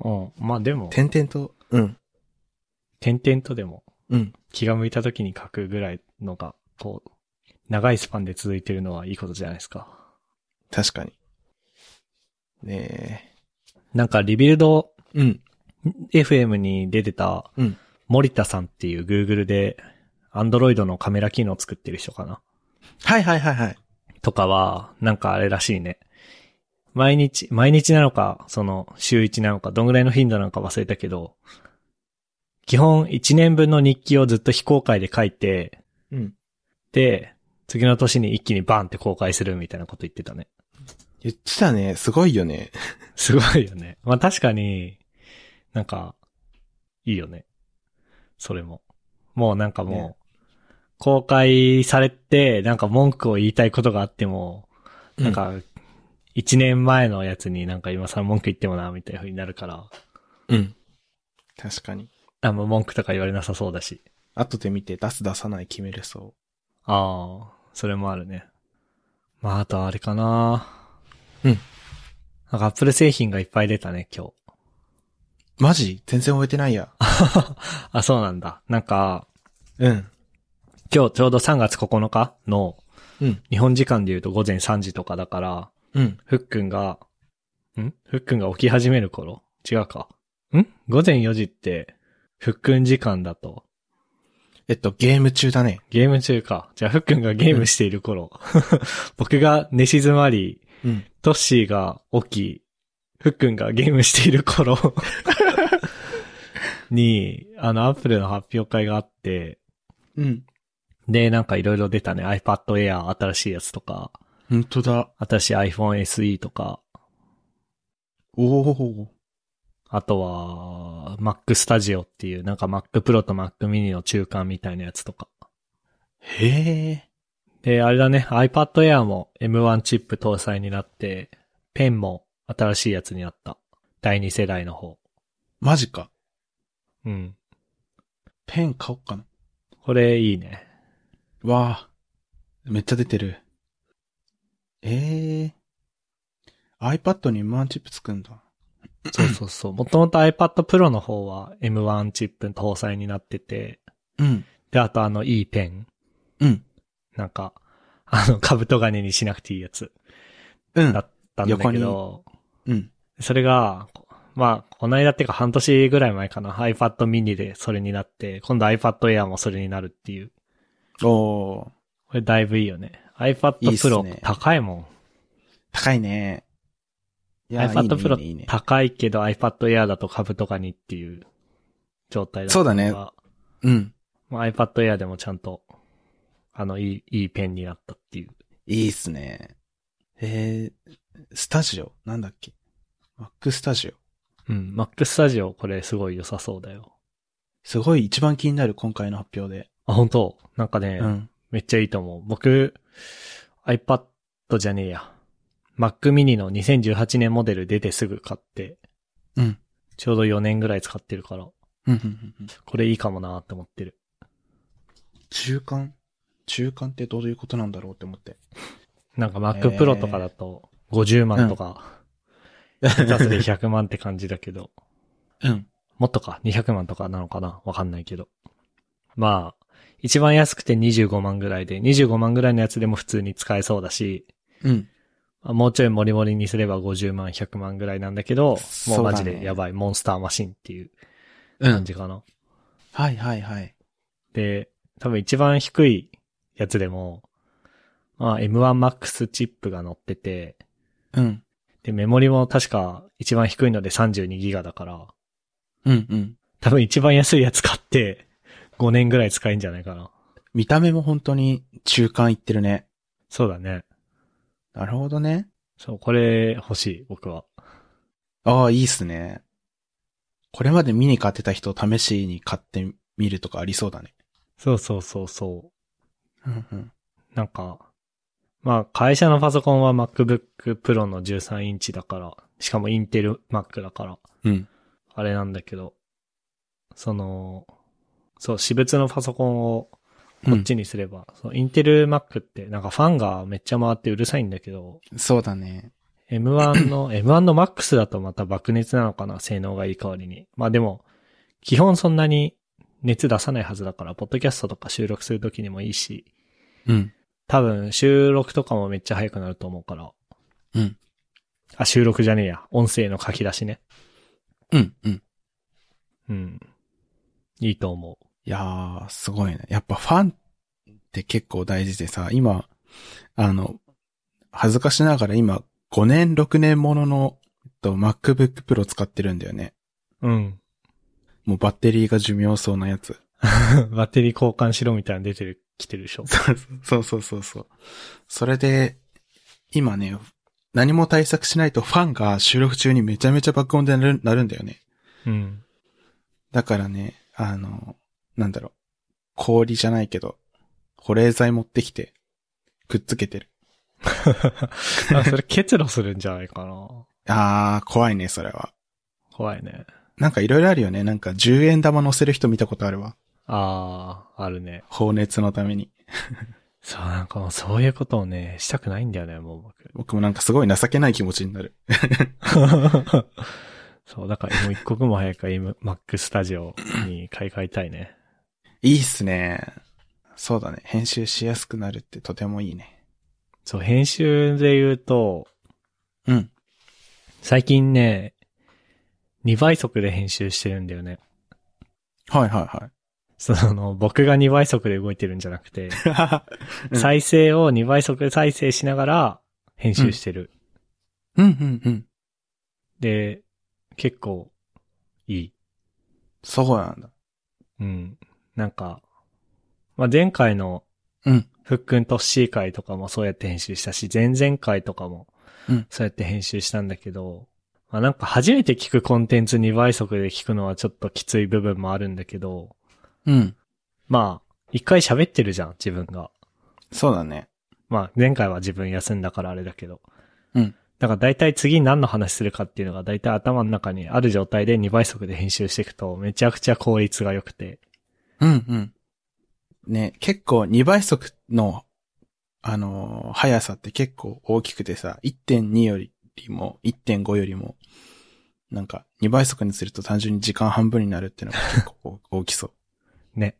[SPEAKER 1] あ。うん。まあでも、
[SPEAKER 2] 点々と、うん、
[SPEAKER 1] 点々とでも
[SPEAKER 2] うん。
[SPEAKER 1] 気が向いた時に書くぐらいのが、こう、長いスパンで続いてるのはいいことじゃないですか。
[SPEAKER 2] 確かに。ね
[SPEAKER 1] なんかリビルド
[SPEAKER 2] え。うん。
[SPEAKER 1] FM に出てた
[SPEAKER 2] うん、
[SPEAKER 1] 森田さんっていう Google で、Android のカメラ機能を作ってる人かな
[SPEAKER 2] はいはいはいはい。
[SPEAKER 1] とかは、なんかあれらしいね。毎日、毎日なのか、その、週1なのか、どんぐらいの頻度なのか忘れたけど、基本1年分の日記をずっと非公開で書いて、
[SPEAKER 2] うん。
[SPEAKER 1] で、次の年に一気にバンって公開するみたいなこと言ってたね。
[SPEAKER 2] 言ってたね。すごいよね。
[SPEAKER 1] すごいよね。 *laughs* まあ確かに、なんか、いいよね。それも。もうなんかもう、
[SPEAKER 2] ね
[SPEAKER 1] 公開されて、なんか文句を言いたいことがあっても、
[SPEAKER 3] うん
[SPEAKER 1] なんか、一年前のやつになんか今さ文句言ってもな、みたいな風になるから、
[SPEAKER 3] うん。
[SPEAKER 2] 確かに。
[SPEAKER 1] あんま文句とか言われなさそうだし。
[SPEAKER 2] 後で見て出す出さない決めれそ
[SPEAKER 1] ああ、それもあるね。まあ、あとあれかな。
[SPEAKER 3] うん。
[SPEAKER 1] なんかアップル製品がいっぱい出たね、今日。 *laughs*
[SPEAKER 2] う。マジ全然覚えてないや。
[SPEAKER 1] あ、そうなんだ。なんか、
[SPEAKER 3] うん。
[SPEAKER 1] 今日ちょうど3月9日の、
[SPEAKER 3] うん
[SPEAKER 1] 日本時間で言うと午前3時とかだから、
[SPEAKER 3] うん。
[SPEAKER 1] ふっくんが、んふっくんが起き始める頃違うか。ん午前4時って、ふっくん時間だと、
[SPEAKER 2] えっと、ゲーム中だね。
[SPEAKER 1] ゲーム中か。じゃあ、ふっくんがゲームしている頃、 *laughs* 僕が寝静まり、
[SPEAKER 2] うん。
[SPEAKER 1] トッシーが起き、ふっくんがゲームしている頃 *laughs* に、あの、アップルの発表会があって、
[SPEAKER 2] うん。
[SPEAKER 1] で、なんかいろいろ出たね。iPad Air 新しいやつとか、
[SPEAKER 2] 本当だ。
[SPEAKER 1] 新しい iPhone SE とか、
[SPEAKER 2] おお。
[SPEAKER 1] あとは、Mac Studio っていう、なんか Mac Pro と Mac Mini の中間みたいなやつとか。
[SPEAKER 2] へえ。
[SPEAKER 1] で、あれだね、iPad Air も M1 チップ搭載になって、ペンも新しいやつになった。第2世代の方。
[SPEAKER 2] マジか。
[SPEAKER 1] うん。
[SPEAKER 2] ペン買おっかな。
[SPEAKER 1] これいいね。
[SPEAKER 2] わあ。めっちゃ出てる。ええ。iPad に万チップつくんだ。
[SPEAKER 1] そうそうそう。もともと iPad Pro の方は M1 チップ搭載になってて、
[SPEAKER 2] うん。
[SPEAKER 1] で、あとあのいいペン。
[SPEAKER 2] うん。
[SPEAKER 1] なんか、あの、カブトガネにしなくていいやつ
[SPEAKER 2] うん
[SPEAKER 1] だ。ったんだけど、
[SPEAKER 2] うん。
[SPEAKER 1] それが、まあ、この間っていうか半年ぐらい前かな、iPad mini でそれになって、今度 iPad Air もそれになるっていう。
[SPEAKER 2] おお。
[SPEAKER 1] これだいぶいいよね。iPad
[SPEAKER 2] いいっす
[SPEAKER 1] Pro
[SPEAKER 2] ね
[SPEAKER 1] 高いも
[SPEAKER 2] 高いね。い
[SPEAKER 1] ん。
[SPEAKER 2] や
[SPEAKER 1] iPad
[SPEAKER 2] いいねいいね
[SPEAKER 1] Pro
[SPEAKER 2] いいね
[SPEAKER 1] 高いけど iPad Air だと株とかにっていう状態だった
[SPEAKER 2] そうだね
[SPEAKER 1] から
[SPEAKER 2] うん。
[SPEAKER 1] まあ、iPad Air でもちゃんと、あの、いい、いいペンになったっていう。
[SPEAKER 2] いいっすね。えー、スタジオなんだっけ ?Mac スタジオ。
[SPEAKER 1] うん。Mac Studio これすごい良さそうだよ。
[SPEAKER 2] すごい一番気になる今回の発表で。
[SPEAKER 1] あ、本当なんかね、
[SPEAKER 2] うん。
[SPEAKER 1] めっちゃいいと思う。僕、iPad じゃねえや。Mac mini の2018年モデル出てすぐ買って、
[SPEAKER 2] うん。
[SPEAKER 1] ちょうど4年ぐらい使ってるから、
[SPEAKER 2] うんうんうんうん
[SPEAKER 1] これいいかもなって思ってる。
[SPEAKER 2] 中間中間ってどういうことなんだろうって思って。
[SPEAKER 1] なんか
[SPEAKER 2] へ
[SPEAKER 1] Mac
[SPEAKER 2] ー
[SPEAKER 1] Pro とかだと50万とか、下手すり100万って感じだけど、
[SPEAKER 2] うん。
[SPEAKER 1] もっとか、200万とかなのかなわかんないけど。まあ、一番安くて25万ぐらいで、25万ぐらいのやつでも普通に使えそうだし、
[SPEAKER 2] うん。
[SPEAKER 1] まあもうちょいモリモリにすれば50万、100万ぐらいなんだけど、もうマジ
[SPEAKER 2] そうだ
[SPEAKER 1] で
[SPEAKER 2] ね
[SPEAKER 1] やばい、モンスターマシンっていう
[SPEAKER 2] う
[SPEAKER 1] 感
[SPEAKER 2] ん。
[SPEAKER 1] じかな。
[SPEAKER 2] はいはいはい。
[SPEAKER 1] で、多分一番低いやつでも、まあ M1MAX チップが乗ってて、
[SPEAKER 2] うん。
[SPEAKER 1] で、メモリも確か一番低いので 32GB だから、
[SPEAKER 2] うんうん。
[SPEAKER 1] 多分一番安いやつ買って、5年ぐらい使えんじゃないかな。
[SPEAKER 2] 見た目も本当に中間いってるね。
[SPEAKER 1] そうだね。
[SPEAKER 2] なるほどね。
[SPEAKER 1] そう、これ欲しい、僕は。
[SPEAKER 2] ああ、いいっすね。これまで見に買ってた人を試しに買ってみるとかありそうだね。
[SPEAKER 1] そうそうそうそ
[SPEAKER 2] うんうん。
[SPEAKER 1] う。なんか、まあ会社のパソコンは MacBook Pro の13インチだから、しかもインテル Mac だから、
[SPEAKER 2] うん。
[SPEAKER 1] あれなんだけど、その、そう、私物のパソコンをこっちにすれば、そうインテル Mac ってなんかファンがめっちゃ回ってうるさいんだけど、
[SPEAKER 2] そうだね。
[SPEAKER 1] M1 の、M1 の MAX だとまた爆熱なのかな性能がいい代わりに。まあでも、基本そんなに熱出さないはずだから、ポッドキャストとか収録するときにもいいし、
[SPEAKER 2] うん。
[SPEAKER 1] 多分収録とかもめっちゃ早くなると思うから。
[SPEAKER 2] うん。
[SPEAKER 1] あ、収録じゃねえや。音声の書き出しね。
[SPEAKER 2] うん。うん。
[SPEAKER 1] うん。いいと思う。
[SPEAKER 2] いやー、すごいね。やっぱファンって結構大事でさ、今、あの、恥ずかしながら今、5年、6年ものの、えっと、MacBook Pro 使ってるんだよね。
[SPEAKER 1] うん。 *laughs*
[SPEAKER 2] もうバッテリーが寿命そうなやつ。
[SPEAKER 1] バッテリー交換しろみたいなの出てる、来てるで
[SPEAKER 2] *laughs*
[SPEAKER 1] しょ。
[SPEAKER 2] そうそうそうそう。それで、今ね、何も対策しないとファンが収録中にめちゃめちゃ爆音でなるなるんだよね。
[SPEAKER 1] うん。
[SPEAKER 2] だからね、あの、なんだろう。氷じゃないけど、保冷剤持ってきて、くっつけてる。
[SPEAKER 1] あそれ結露するんじゃないかな。
[SPEAKER 2] あー、怖いね、それは。
[SPEAKER 1] 怖いね。
[SPEAKER 2] なんかいろいろあるよね。なんか10円玉乗せる人見たことあるわ。
[SPEAKER 1] ああ、あるね。
[SPEAKER 2] 放熱のために。
[SPEAKER 1] そう、なんかもうそういうことをね、したくないんだよね、もう
[SPEAKER 2] *laughs*
[SPEAKER 1] 僕。
[SPEAKER 2] 僕もなんかすごい情けない気持ちになる。
[SPEAKER 1] そう、だからもう一刻も早く Mac スタジオに買い替えたいね。
[SPEAKER 2] いいっすね。そうだね。編集しやすくなるってとてもいいね。
[SPEAKER 1] そう、編集で言うと、
[SPEAKER 2] うん。
[SPEAKER 1] 最近ね、2倍速で編集してるんだよね。
[SPEAKER 2] はいは
[SPEAKER 1] その、僕が2倍速で動いてるんじゃなくて、
[SPEAKER 2] いはい。うん
[SPEAKER 1] 再生を2倍速で再生しながら編集してる。
[SPEAKER 2] うんうんうん。
[SPEAKER 1] で、結構、いい。
[SPEAKER 2] そうなんだ。
[SPEAKER 1] うん。なんか、まあ、前回の、
[SPEAKER 2] うん。
[SPEAKER 1] ふっくんとっしー会とかもそうやって編集したし、前々回とかも
[SPEAKER 2] うん、
[SPEAKER 1] そうやって編集したんだけど、まあ、なんか初めて聞くコンテンツ2倍速で聞くのはちょっときつい部分もあるんだけど、
[SPEAKER 2] うん。
[SPEAKER 1] まあ、一回喋ってるじゃん、自分が。
[SPEAKER 2] そうだね。
[SPEAKER 1] まあ、前回は自分休んだからあれだけど。
[SPEAKER 2] うん。
[SPEAKER 1] だから大体次何の話するかっていうのが大体頭の中にある状態で2倍速で編集していくとめちゃくちゃ効率が良くて。
[SPEAKER 2] うんうん。ね、結構2倍速の、あのー速さって結構大きくてさ、1.2よりも、1.5よりも、なんか2倍速にすると単純に時間半分になるっていうのが結構大きそ
[SPEAKER 1] ね。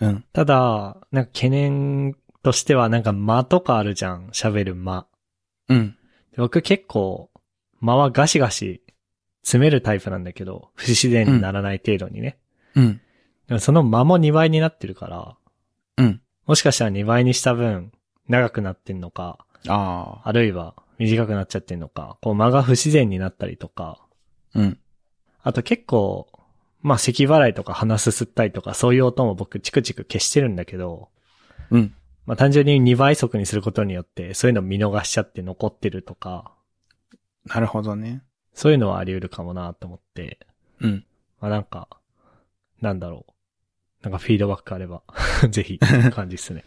[SPEAKER 2] う。うん。
[SPEAKER 1] ただ、なんか懸念としてはなんか間とかあるじゃん。喋る間。
[SPEAKER 2] うん。
[SPEAKER 1] で僕結構間はガシガシ詰めるタイプなんだけど、不自然にならない程度にね。
[SPEAKER 2] うん。
[SPEAKER 1] でもその間も2倍になってるから、
[SPEAKER 2] うん。
[SPEAKER 1] もしかしたら2倍にした分長くなってんのか、
[SPEAKER 2] ああ。
[SPEAKER 1] あるいは短くなっちゃってんのか、こう間が不自然になったりとか、
[SPEAKER 2] うん。
[SPEAKER 1] あと結構、まあ、咳払いとか鼻すすったりとか、そういう音も僕チクチク消してるんだけど、
[SPEAKER 2] うん。
[SPEAKER 1] まあ、単純に2倍速にすることによって、そういうの見逃しちゃって残ってるとか、
[SPEAKER 2] なるほどね。
[SPEAKER 1] そういうのはあり得るかもなと思って、
[SPEAKER 2] うん。
[SPEAKER 1] まあ、なんか、なんだろう。なんかフィードバックあれば、 *laughs* ぜひ、感じっすね。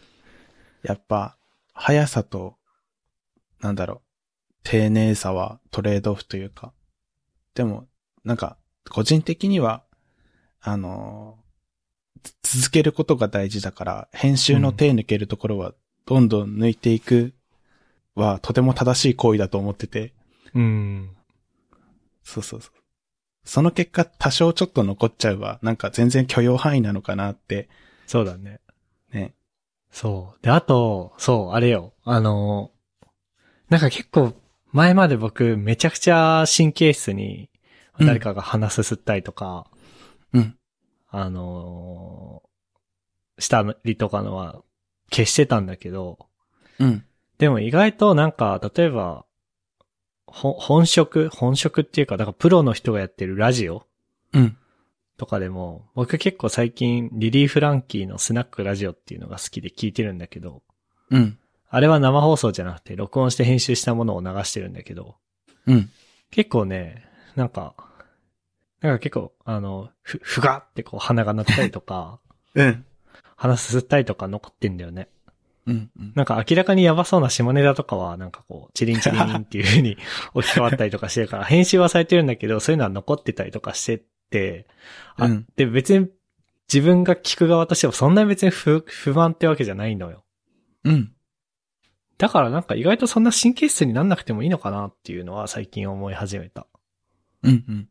[SPEAKER 2] やっぱ、速さと、なんだろう、丁寧さはトレードオフというか。でも、なんか、個人的には、あのーつ続けることが大事だから、編集の手抜けるところは、どんどん抜いていくは、とても正しい行為だと思ってて。
[SPEAKER 1] うん。
[SPEAKER 2] そうそうそう。その結果、多少ちょっと残っちゃうは、なんか全然許容範囲なのかなって、
[SPEAKER 1] そうだね。
[SPEAKER 2] ね。
[SPEAKER 1] そう。で、あと、そう、あれよ。あの、なんか結構、前まで僕、めちゃくちゃ神経質に、
[SPEAKER 2] うん
[SPEAKER 1] 誰かが鼻すすったりとか、
[SPEAKER 2] うん。
[SPEAKER 1] あのしたりとかのは、消してたんだけど、
[SPEAKER 2] うん。
[SPEAKER 1] でも意外となんか、例えば、ほ本職本職っていうか、だからプロの人がやってるラジオ
[SPEAKER 2] うん。
[SPEAKER 1] とかでも、僕結構最近、リリー・フランキーのスナックラジオっていうのが好きで聞いてるんだけど、
[SPEAKER 2] うん。
[SPEAKER 1] あれは生放送じゃなくて、録音して編集したものを流してるんだけど、
[SPEAKER 2] うん。
[SPEAKER 1] 結構ね、なんか、なんか結構、あの、ふ、ふがってこう鼻が鳴ったりとか、 *laughs*
[SPEAKER 2] うん。
[SPEAKER 1] 鼻すすったりとか残ってんだよね。
[SPEAKER 2] うん。うん
[SPEAKER 1] なんか明らかにやばそうな下ネタとかは、なんかこう、チリンチリンっていう風に *laughs* 置き換わったりとかしてるから、編集はされてるんだけど、そういうのは残ってたりとかしてって、あ、
[SPEAKER 2] うん
[SPEAKER 1] で別に自分が聞く側としてもそんなに別に不不満ってわけじゃないのよ。
[SPEAKER 2] うん。
[SPEAKER 1] だからなんか意外とそんな神経質になんなくてもいいのかなっていうのは最近思い始めた。
[SPEAKER 2] うんうん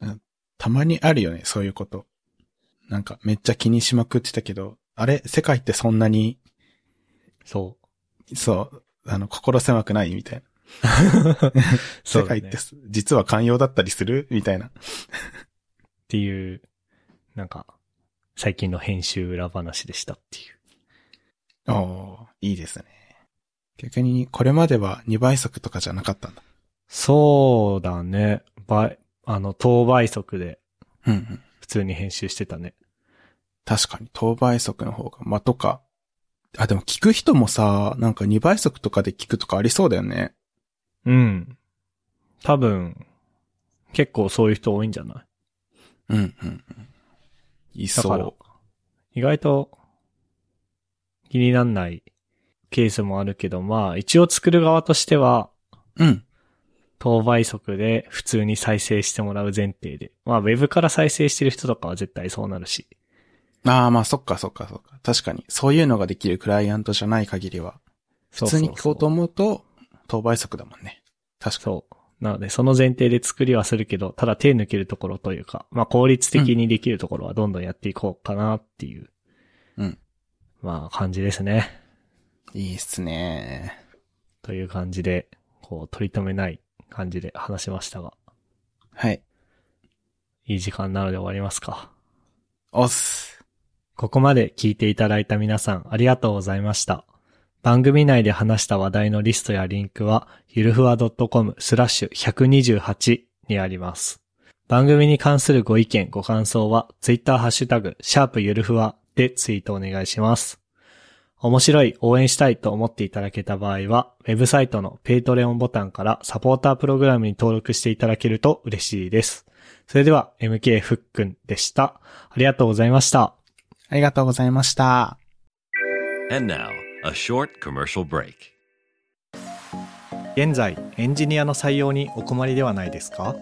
[SPEAKER 2] うん。たまにあるよね、そういうこと。なんかめっちゃ気にしまくってたけど、あれ世界ってそんなに、
[SPEAKER 1] そう。
[SPEAKER 2] そう、あの、心狭くないみたいな。世界っ
[SPEAKER 1] っ
[SPEAKER 2] てす、実は寛容だったりするみたいな。
[SPEAKER 1] ていう、なんか、最近の編集裏話でしたっていう。
[SPEAKER 2] おおいいですね。逆に、これまでは2倍速とかじゃなかったんだ。
[SPEAKER 1] そうだね。倍、あの、等倍速で
[SPEAKER 2] うんうん。
[SPEAKER 1] 普通に編集してたね。
[SPEAKER 2] 確かに、等倍速の方が、まあ、とか。あ、でも聞く人もさ、なんか2倍速とかで聞くとかありそうだよね。
[SPEAKER 1] うん。多分、結構そういう人多いんじゃない
[SPEAKER 2] うんうんうん。い
[SPEAKER 1] だから
[SPEAKER 2] そ
[SPEAKER 1] 意外と気になんないケースもあるけど、まあ、一応作る側としては、
[SPEAKER 2] うん。
[SPEAKER 1] 等倍速で普通に再生してもらう前提で。まあ、ウェブから再生してる人とかは絶対そうなるし。
[SPEAKER 2] ああ、まあそっかそっかそっか。確かに。そういうのができるクライアントじゃない限りは、普通に聞こうと
[SPEAKER 1] う
[SPEAKER 2] 思うと、等倍速だもんね。確かに。
[SPEAKER 1] そう。なので、その前提で作りはするけど、ただ手抜けるところというか、まあ効率的にできるところはどんどんやっていこうかなっていう、
[SPEAKER 2] うん。
[SPEAKER 1] まあ感じですね。
[SPEAKER 2] いいっすね。
[SPEAKER 1] という感じで、こう取り留めない感じで話しましたが、
[SPEAKER 2] はい。
[SPEAKER 1] いい時間なので終わりますか。
[SPEAKER 2] おっす。
[SPEAKER 1] ここまで聞いていただいた皆さんありがとうございました。番組内で話した話題のリストやリンクは、ゆるふわ .com スラッシュ128にあります。番組に関するご意見、ご感想は、ツイッターハッシュタグ、シャープゆるふわでツイートお願いします。面白い、応援したいと思っていただけた場合は、ウェブサイトのペイトレオンボタンからサポータープログラムに登録していただけると嬉しいです。それでは、MK ふっくんでした。ありがとうございました。
[SPEAKER 2] ありがとうございました。
[SPEAKER 4] And now, a short commercial break.
[SPEAKER 1] 現在エンジニアの採用にお困りではないですか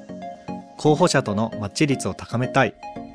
[SPEAKER 1] 候補者とのマッチ率を高めたい